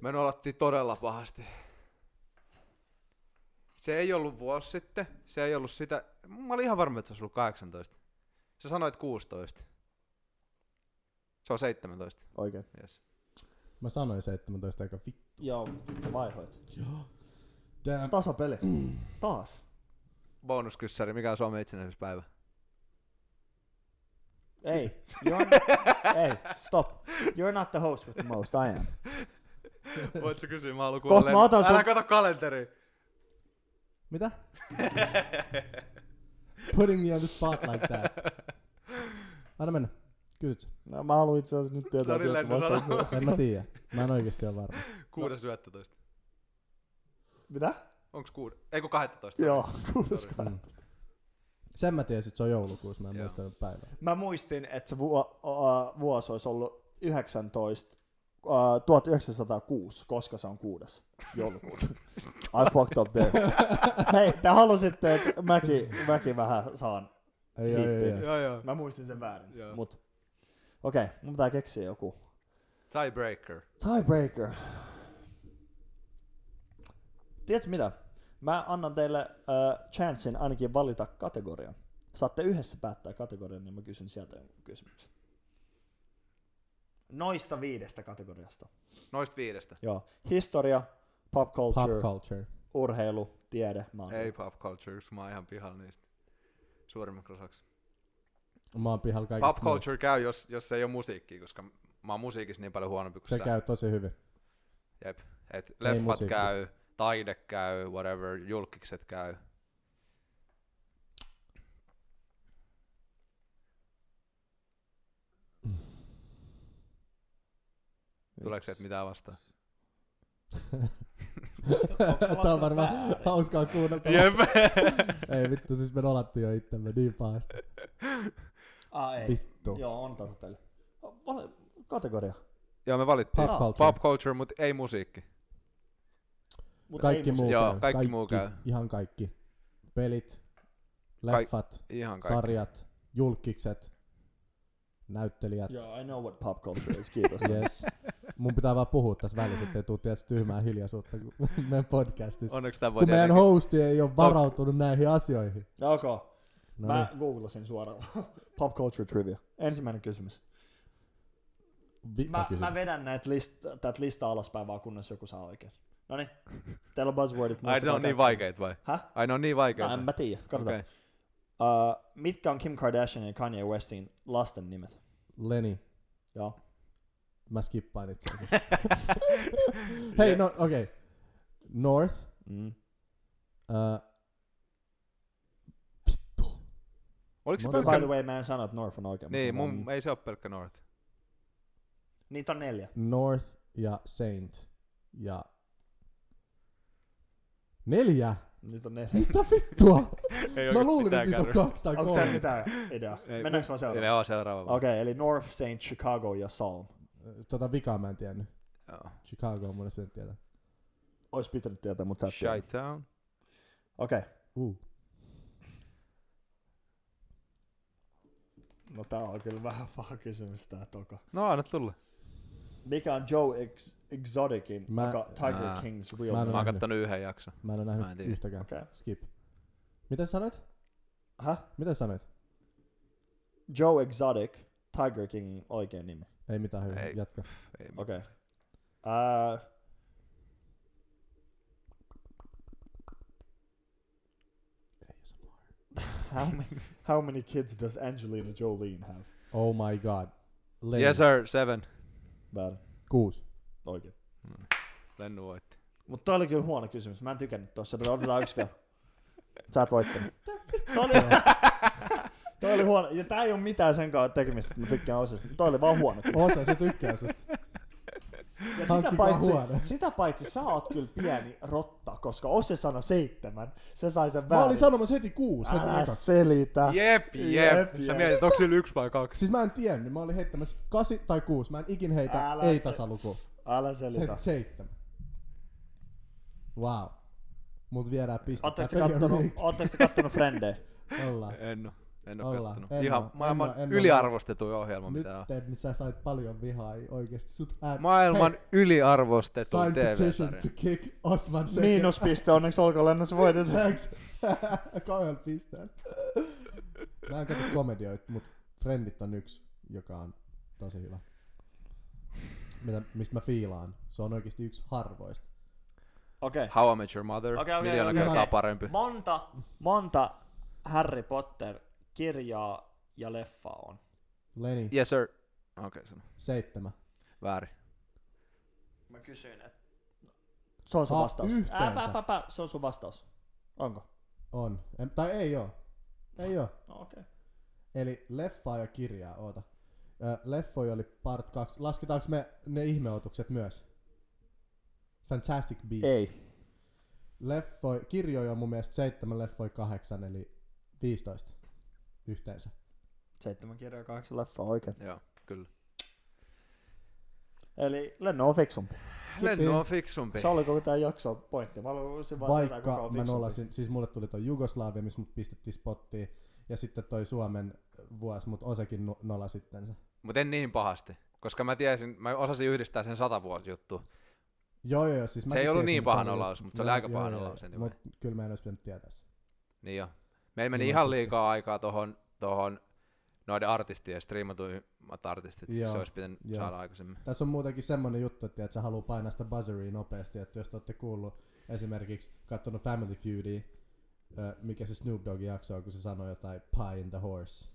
S3: Me nolattiin todella pahasti. Se ei ollut vuosi sitten. Se ei ollut sitä. Mä olin ihan varma, että se olisi ollut 18. Sä sanoit 16. Se on 17.
S1: Oikein.
S3: Yes.
S2: Mä sanoin 17 eikä vittu.
S1: Joo, mut sit sä vaihoit.
S2: Joo. Damn.
S1: Tasapeli. Taas.
S3: Bonuskyssäri, mikä on Suomen itsenäisyyspäivä?
S1: Ei. You're ei, stop. You're not the host with the most, I am.
S3: Voit sä kysyä, mä haluan
S1: Kohta
S3: kuulla.
S1: mä otan
S3: Älä
S1: sun-
S3: kato kalenteri.
S2: Mitä? Putting me on the spot like that. Anna mennä. Kysyt sä.
S1: No, mä haluan itse asiassa nyt tietää,
S3: Tää niin oli
S1: tiedätkö,
S3: Lennon
S1: vastauksen.
S3: sanoma.
S2: En mä tiedä. Mä en oikeesti ole varma.
S3: 6.11.
S1: Mitä?
S3: Onks 6? Ei kun 12.
S1: Joo, kuulostaa.
S2: Mm. Sen mä tiesin, että se on joulukuussa. Mä en
S3: Joo.
S2: muistanut päivää.
S1: Mä muistin, että se vuo, uh, vuosi olisi ollut 19, uh, 1906, koska se on kuudes joulukuuta. I fucked up there. Hei, te halusitte, että mäkin, mäkin vähän saan.
S2: Ei, ei, ei, ei.
S3: Joo, joo.
S1: Mä muistin sen väärin.
S3: Joo.
S1: Mut. Okei, okay, mun pitää keksiä joku.
S3: Tiebreaker.
S1: Tiebreaker. Tiedätkö mitä? Mä annan teille uh, chanssin ainakin valita kategorian. Saatte yhdessä päättää kategorian, niin mä kysyn sieltä jonkun kysymyksen. Noista viidestä kategoriasta.
S3: Noista viidestä.
S1: Joo. Historia, pop
S2: Pop
S1: culture,
S2: culture.
S1: urheilu, tiede, maantieto.
S3: Ei pop culture, koska mä oon ihan pihalla niistä. Suurimmaksi osaksi.
S2: Mä oon pihalla kaikista.
S3: Pop culture käy, jos, jos ei ole musiikkia, koska mä oon musiikissa niin paljon huonompi kuin
S2: Se
S3: sä.
S2: käy tosi hyvin.
S3: Jep. Et leffat
S2: musiikki.
S3: käy, taide käy, whatever, julkikset käy. Tuleeko sieltä mitään vastaan?
S2: Tää on varmaan hauskaa kuunneltavaa.
S3: Jep.
S2: Ei vittu, siis me nolattiin jo itsemme niin pahasti.
S1: Ah, ei.
S2: Vittu.
S1: Joo, on tasapeli. Vale- Kategoria.
S3: Joo, me valittiin.
S2: Pop
S1: Joo.
S2: culture.
S3: Pop culture, mutta ei musiikki.
S1: Mut
S2: kaikki
S1: ei
S2: muu
S3: Joo,
S2: käy.
S3: kaikki muu käy.
S2: Ihan kaikki. Pelit, leffat,
S3: Ihan kaikki.
S2: sarjat, julkikset, näyttelijät.
S1: musi- Joo, I know what pop culture is, kiitos.
S2: Yes. Mun pitää vaan puhua tässä välissä, ettei tuu tietysti tyhmää hiljaisuutta kun meidän podcastissa.
S3: Onneksi tämä voi
S2: Kun meidän
S3: tietenkin.
S2: hosti ei ole varautunut näihin asioihin.
S1: Okei. Okay.
S2: No
S1: Mä
S2: niin,
S1: googlasin suoraan. Pop culture trivia. Ensimmäinen kysymys.
S2: vika
S1: Mä,
S2: niin, kysymys.
S1: mä vedän näitä list, tätä listaa alaspäin vaan kunnes joku saa oikein. Noniin. Teillä on buzzwordit.
S3: Ai ne
S1: muistakaa
S3: on niin
S1: kaikki.
S3: vaikeet vai?
S1: Häh?
S3: Ai ne on niin
S1: No
S3: vaikeet.
S1: en mä tiedä. Katsotaan.
S3: Okei.
S1: Okay. Uh, mitkä on Kim Kardashian ja Kanye Westin lasten nimet?
S2: Leni,
S1: Joo.
S2: mä skippaan itse asiassa. Hei, no okei. Okay. North,
S1: Mm.
S2: Äh, vittu.
S3: Oliko se
S2: By
S1: By the
S3: pelkkä...
S1: way, mä en sano, että North on oikein. mä
S3: Niin,
S1: sanon
S3: mun
S1: vaan-
S3: ei se ole pelkkä North.
S1: Niitä on neljä.
S2: North ja Saint. Ja neljä?
S1: Nyt on neljä.
S2: Mitä vittua?
S3: Ei
S2: Mä
S3: oikeesti
S2: luulin, että
S3: mitään
S2: niitä on
S3: kärryä.
S2: kaksi tai
S1: Onko se
S2: kolme.
S1: mitään ideaa?
S3: Ei,
S1: Mennäänkö vaan seuraavaan?
S3: Joo, seuraava. vaan.
S1: Okei, okay, eli North Saint, Chicago ja Salm.
S2: Tota vikaa mä en tiennyt.
S3: Joo.
S2: Chicago on monesti pitänyt tietää.
S1: Ois pitänyt tietää, mutta sä et tiedä.
S3: Shite Town.
S1: Okei,
S2: Uh.
S1: no tää on kyllä vähän paha kysymys tää toka.
S3: No anna tulla.
S1: Mikä on Joe Ex- Exoticin,
S2: Mä-
S1: Mä... joka Tiger
S3: Aa.
S1: Kings
S2: Mä
S1: real
S2: en
S3: Mä
S1: name?
S3: oon
S2: nähnyt.
S3: kattonut yhden jakson.
S2: Mä en oo
S3: Mä en
S2: nähnyt
S3: tiedä.
S2: yhtäkään.
S1: Okei.
S2: Skip. Mitä sanoit?
S1: Häh?
S2: Mitä sanoit?
S1: Joe Exotic, Tiger oh, Kingin oikea nimi.
S2: Ei mitään hyvää.
S3: Ei.
S2: Jatka.
S3: Ei, okay.
S1: Okei. Okay. Uh, how, many, how many kids does Angelina Jolene have?
S2: Oh my god. Lenny.
S3: Yes sir, seven. Hmm.
S1: Bad.
S2: Kuusi.
S1: Oikein.
S3: Lennu voitti.
S1: Mutta toi oli kyllä huono kysymys. Mä en tykännyt tossa. Tuli otetaan yksi vielä. Sä et voittanut. Toi oli, toi oli huono. Ja tää ei oo mitään sen kanssa tekemistä, että mä tykkään osasta. Toi oli vaan huono.
S2: Osa, se tykkää susta.
S1: Ja sitä
S2: Hankkikaa
S1: paitsi,
S2: huone.
S1: sitä paitsi sä oot kyllä pieni rotta, koska Ose sana seitsemän, se sai sen
S2: Mä
S1: väärin.
S2: olin sanomassa heti kuusi. Heti
S1: Älä
S2: ekaksi. Ah.
S1: selitä.
S3: Jep,
S1: Jep,
S3: jep. Sä
S1: jep.
S3: mietit, onko sillä yksi vai kaksi?
S2: Siis mä en tiennyt, mä olin heittämässä kasi tai kuusi. Mä en ikin heitä
S1: Älä
S2: ei
S1: se-
S2: tasaluku.
S1: Älä
S2: Se,
S1: selitä.
S2: seitsemän. Wow. Mut viedään piste.
S1: Ootteko te
S2: Tää peli on
S1: kattonut,
S2: rikki.
S1: ootteko te kattonut Frendejä?
S2: Ollaan.
S3: En oo. En oo
S2: Ollaan.
S3: kattonut.
S2: En oo,
S3: Ihan
S2: en
S3: maailman
S2: oo, en oo.
S3: yliarvostetuin ohjelma,
S2: Nyt niin
S3: mitä on.
S2: sä sait paljon vihaa ei oikeesti sut ää...
S3: Maailman yliarvostetuin
S2: Sign petition to
S3: TV-sarja.
S2: kick Osman second.
S1: Miinuspiste, onneksi olkoon lennossa voitet.
S2: Thanks. Kauhean pisteen. Mä en katso komedioita, mut Friendit on yksi, joka on tosi hyvä. Mitä, mistä mä fiilaan. Se on oikeesti yksi harvoista.
S1: Okei. Okay.
S3: How I Met Your Mother.
S1: Okei, okei,
S3: Miljoona
S1: okei,
S3: kertaa
S1: okei.
S3: parempi.
S1: Monta, monta Harry Potter kirjaa ja leffaa on.
S2: Lenny,
S3: Yes sir. Okei, okay, sano.
S2: seitsemän.
S3: Väärin.
S1: Mä kysyin, että... Se on sun
S2: Ah,
S1: vastaus.
S2: yhteensä.
S1: Ää, pä, pä, pä, se on sun vastaus. Onko?
S2: On. En, tai ei oo. Ei oo.
S1: No okei.
S2: Eli leffaa ja kirjaa, oota. Ö, Leffoja oli part 2. Lasketaanko me ne ihmeotukset myös? Fantastic Beasts.
S1: Ei.
S2: Leffoi, kirjoja on mun mielestä seitsemän, leffoi kahdeksan, eli 15 yhteensä.
S1: Seitsemän kirjaa, kahdeksan leffaa, oikein.
S3: Joo, kyllä.
S1: Eli Lenno on fiksumpi.
S3: Lennu on fiksumpi.
S1: Se oli koko tää jakso pointti. Mä haluaisin vaan tietää, kuka
S2: Vaikka
S1: on
S2: mä
S1: fiksumpi.
S2: nolasin, siis mulle tuli toi Jugoslavia, missä mut pistettiin spottiin, ja sitten toi Suomen vuosi, mut Osekin nu- nola sittensä.
S3: Mut en niin pahasti. Koska mä tiesin, mä osasin yhdistää sen sata vuosi juttu.
S2: Joo, joo, joo, siis mäkin
S3: ei ollut
S2: tiesin,
S3: niin
S2: että se
S3: paha
S2: oli
S3: nolaus,
S2: just-
S3: mut se oli
S2: joo,
S3: aika
S2: joo,
S3: paha
S2: joo,
S3: nolaus
S2: joo,
S3: anyway.
S2: Mut kyllä mä en olisi pitänyt tietää sitä.
S3: Niin joo. Meillä meni
S2: Niin
S3: ihan
S2: mä
S3: liikaa aikaa tohon, tohon noiden artistien striimatuimmat artistit.
S2: Joo,
S3: Se olisi pitänyt
S2: joo.
S3: saada aikaisemmin.
S2: Tässä on muutenkin semmonen juttu, että tiedät, sä haluu painaa sitä buzzeria nopeasti, että jos te ootte kuullut esimerkiksi kattonut Family Feudia, ö, mikä se Snoop Dogg jakso on, kun se sanoi jotain pie in the horse.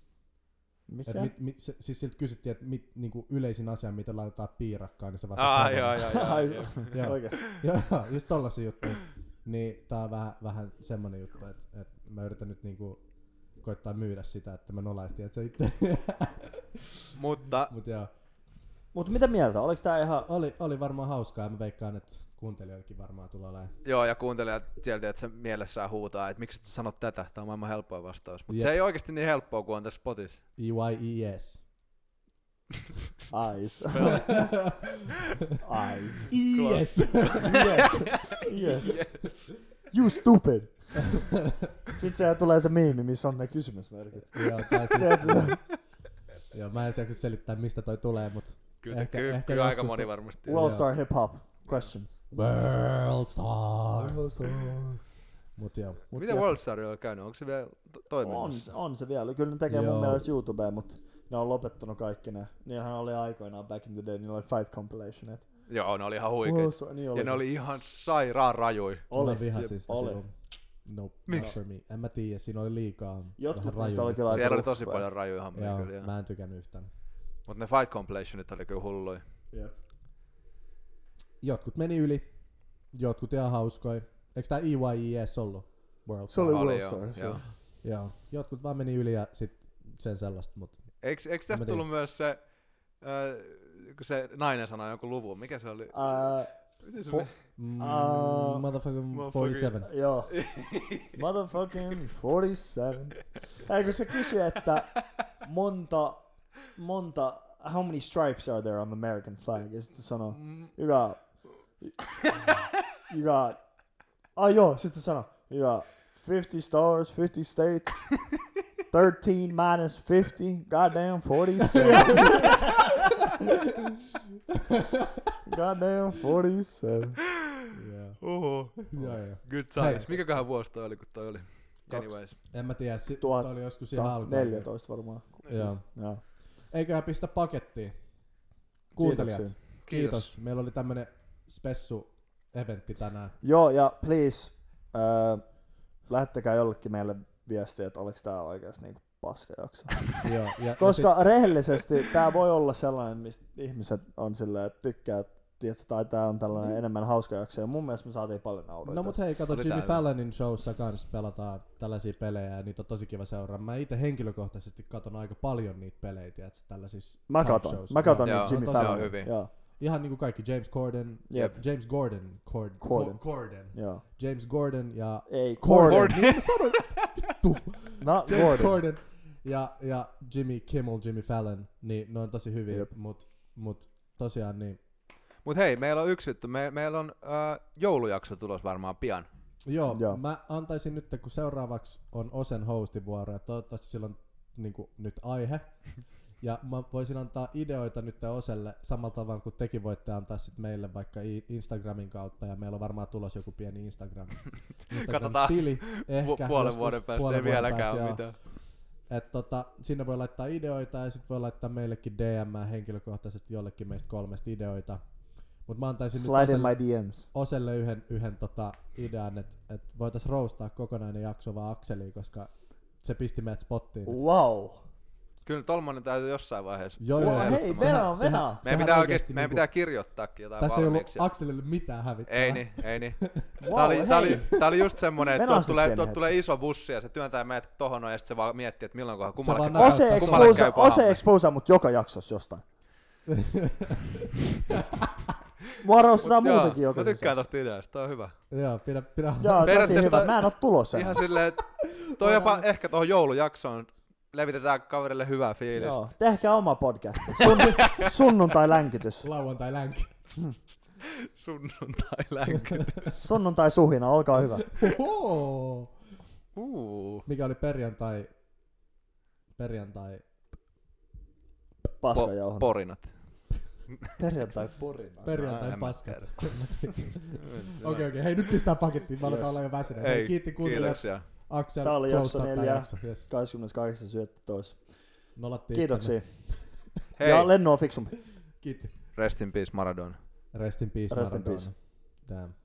S2: Et
S1: Mikä?
S2: mit, mit, se, siis siltä kysyttiin, että mit, niinku yleisin asia, mitä laitetaan piirakkaan, niin se vastasi
S3: Aa,
S2: Madonna.
S3: joo, joo,
S1: Ai,
S3: joo.
S2: Joo.
S1: Oikein.
S2: joo, joo, just tollasia juttuja. Niin tää on vähän, vähän semmonen juttu, että et mä yritän nyt niinku koittaa myydä sitä, että mä nolaistin, että se itse.
S3: Mutta
S2: Mut joo,
S1: Mut mitä mieltä? Oliks tää ihan...
S2: oli, oli varmaan hauskaa ja mä veikkaan, että kuuntelijoillekin varmaan tulee olemaan.
S3: joo, ja kuuntelijat sieltä, että se mielessään huutaa, että miksi et sä sanot tätä, tämä on maailman helpoin vastaus. Mutta
S2: Jep.
S3: se ei oikeasti niin helppoa kuin on tässä spotissa.
S2: E EYES.
S1: Ais. Ais.
S2: ES.
S1: Yes. You stupid. Sitten siellä tulee se miimi, missä on ne kysymysmerkit.
S2: Joo, tai siis, joo, mä en jaksa selittää mistä toi tulee, mut
S3: Kyllä,
S2: Ehkä-
S3: ehkä, kyllä,
S2: ehkä
S3: kyllä aika
S2: joskus
S3: moni
S2: tu-
S3: varmasti.
S1: World Star Hip Hop questions.
S2: World Star. Mut joo. Mut
S3: Miten
S2: joo.
S3: Worldstar on käynyt? Onko se vielä to-
S1: On,
S3: toiminnassa?
S1: on se vielä. Kyllä ne tekee Joo.
S2: Joo.
S1: mun mielestä YouTubeen, mutta ne on lopettanut kaikki ne. Niillähän oli aikoinaan back in the day, niillä oli fight compilationet.
S3: Joo, ne oli ihan huikeet.
S1: World Star, niin
S3: Ja
S1: oli.
S3: ne oli ihan sairaan rajui.
S1: oli.
S2: Mä vihasin sitä
S1: oli.
S2: silloin. Nope,
S3: Miksi?
S2: not for me. En mä tiedä, siinä oli liikaa.
S1: Jotkut
S2: vähän
S1: niistä oli
S2: rajuja.
S1: kyllä aika
S3: Siellä oli tosi
S1: ruffoja.
S3: paljon rajuja hommia kyllä.
S2: Joo,
S3: Joo.
S2: mä en tykännyt yhtään.
S3: Mutta ne Fight Compilationit oli kyllä hulluja.
S1: Jep.
S2: Jotkut meni yli, jotkut ihan hauskoja. Eikö tää E EYES ollut? World
S1: Se oli
S2: Star?
S1: World
S3: joo,
S1: Stars,
S3: joo.
S1: joo.
S2: Joo, jotkut vaan meni yli ja sit sen sellaista, mut
S3: Eikö, eikö
S2: mä
S3: tästä
S2: tiedä.
S3: tullut myös se, äh, kun se nainen sanoi jonkun luvun, mikä se oli?
S2: Äh,
S1: Ää,
S3: Miten se
S1: fo-
S3: meni?
S2: Mm,
S1: Ah.
S2: motherfucking
S3: Motherfucking-
S2: 47.
S1: Joo. Motherfucking 47. Ei kun se kysyi, että monta, monta, how many stripes are there on the American flag? Ja sitten sanoi,
S3: Mm,
S1: you got, you got, ah joo, sitten sanoi, you got 50 stars, 50 states, 13 minus 50, goddamn 47. goddamn 47.
S2: Joo.
S3: Oho.
S2: Joo, joo.
S3: Good times.
S2: Hei.
S3: Mikäköhän vuosi toi oli, kun toi oli?
S1: Kaksi-
S3: Anyways.
S2: En mä tiedä, sit,
S1: Tuhat-
S2: toi oli joskus ihan alkuun.
S1: 14 varmaan.
S2: Joo.
S1: Joo.
S2: Eiköhän pistä pakettiin. Kuuntelijat, kiitos.
S1: Kiitoksia.
S2: kiitos. Meillä oli tämmönen spessu-eventti tänään.
S1: Joo, ja please, äh, lähettäkää jollekin meille viestiä, että oliko tää oikeasti niinku paskajakso.
S2: Joo, ja, ja
S1: Koska rehellisesti tää voi olla sellainen, mistä ihmiset on silleen, että tykkää, että tiedätkö, tai tää on tällainen enemmän hauska jakso, ja mun mielestä me saatiin paljon
S2: sit,
S1: nauroita.
S2: Mm. no mut hei, kato
S3: Oli
S2: Jimmy
S3: tää hyvä.
S2: Fallonin showssa kans pelataan tällaisia pelejä ja niitä on tosi kiva seurata. Mä itse henkilökohtaisesti katon aika paljon niitä pelejä, tiedätkö, tällaisissa
S1: Mä
S2: talk
S1: katon,
S2: showissa.
S1: mä katon
S3: Joo,
S1: nyt Jimmy
S2: se on
S1: Fallon.
S3: hyvin.
S1: Joo,
S2: Ihan niinku kaikki, James Corden,
S1: Jep.
S2: James Gordon, Cord,
S1: Corden.
S2: Corden. Corden,
S1: joo.
S2: James Gordon ja
S1: Ei,
S2: Corden.
S1: Gordon.
S2: Niin mä sanoin, vittu.
S1: Not
S2: James
S1: Gordon.
S2: Corden. ja, ja Jimmy Kimmel, Jimmy Fallon, niin ne on tosi hyviä,
S1: Jep.
S2: mut, mut tosiaan niin.
S3: Mut hei, meillä on yksi juttu. Me, meillä on äh, joulujakso tulos varmaan pian.
S2: Joo,
S1: Joo.
S2: Joo, mä antaisin nyt, kun seuraavaksi on Osen hostin vuoro, ja toivottavasti sillä on niin kuin, nyt aihe, ja mä voisin antaa ideoita nyt Oselle samalla tavalla kuin tekin voitte antaa sit meille vaikka i- Instagramin kautta, ja meillä on varmaan tulos joku pieni Instagram,
S3: Katsotaan.
S2: Instagram-tili, ehkä
S3: Pu- puolen
S2: joskus
S3: vuoden päästä
S2: puolen
S3: ei
S2: vuoden
S3: vieläkään
S2: päästä,
S3: ole
S2: joo.
S3: mitään.
S2: Et tota, sinne voi laittaa ideoita ja sitten voi laittaa meillekin DM henkilökohtaisesti jollekin meistä kolmesta ideoita. Mutta mä antaisin nyt
S1: Slide in
S2: Oselle,
S1: my DMs.
S2: Oselle yhden, yhden tota idean, että et voitais roustaa kokonainen jakso vaan Akseliin, koska se pisti meidät spottiin. nyt.
S1: Wow.
S3: Kyllä tolmonen täytyy jossain vaiheessa.
S2: Joo,
S1: Wow,
S2: joo, joo.
S1: hei,
S2: Sehän-
S1: Venä,
S2: sehän-
S1: Venä.
S3: Meidän
S2: sehän
S3: pitää
S2: oikeesti
S3: oikeesti, meidän
S2: niinku-
S3: pitää kirjoittaakin jotain
S2: Tässä ei ollut
S3: valmiiksi. ja-
S2: Akselille mitään hävittää.
S3: Ei niin, ei niin. Tää
S1: Wow,
S3: oli, tää, oli,
S1: hei.
S3: tää oli just semmonen, että
S1: Venäläiset
S3: tuolta tulee,
S1: pieni
S3: tuolta
S1: hetki.
S3: tulee iso bussi ja se työntää meidät tohon noin, ja sit se vaan miettii, että milloin kohan
S2: vaan
S3: kummallakin,
S2: näyttää,
S1: Ose
S2: että-
S3: kummalle käy
S1: exposa, Ose
S3: pahalle.
S1: exposa mut joka jaksossa jostain. Mua roastetaan
S3: Joo,
S1: muutenkin joka
S3: Mä tykkään tosta ideasta, tää on hyvä.
S2: Joo, pidä, pidä.
S1: Joo, tosi
S3: Periaatteessa
S1: hyvä.
S3: toi-
S1: Mä en oo tulossa.
S3: Ihan silleen, että toi jopa ehkä tohon joulujaksoon levitetään kaverille hyvää fiilistä.
S1: Joo, tehkää oma podcast. Sun, sunnuntai länkitys.
S2: Lauantai länki.
S3: Sunnuntai länky.
S1: Sunnuntai suhina, olkaa hyvä.
S2: Oho!
S3: Uu.
S2: Mikä oli perjantai?
S3: No,
S2: Perjantai.
S1: Paskajauhon.
S3: porinat.
S1: Perjantai porina.
S3: Ai,
S2: Perjantai
S3: en mä
S2: paskat.
S3: tiedä.
S2: Okei, okei. Hei, nyt pistää pakettiin. Mä aletaan
S1: Yes.
S2: olla jo väsyneet.
S3: Ei,
S2: Hei, kiitti kuuntelijat.
S3: kiitoksia.
S2: Aksel,
S1: Tää oli jakso
S2: close out tää
S1: neljä.
S2: jakso. Yes.
S1: 28.11.
S2: Nolattiin
S1: Kiitoksia.
S3: Hei,
S1: Ja Lennu on fiksumpi.
S2: Kiitti.
S3: rest in peace Maradona.
S2: Rest in peace,
S1: Rest in
S2: Maradona.
S1: peace.
S2: Damn.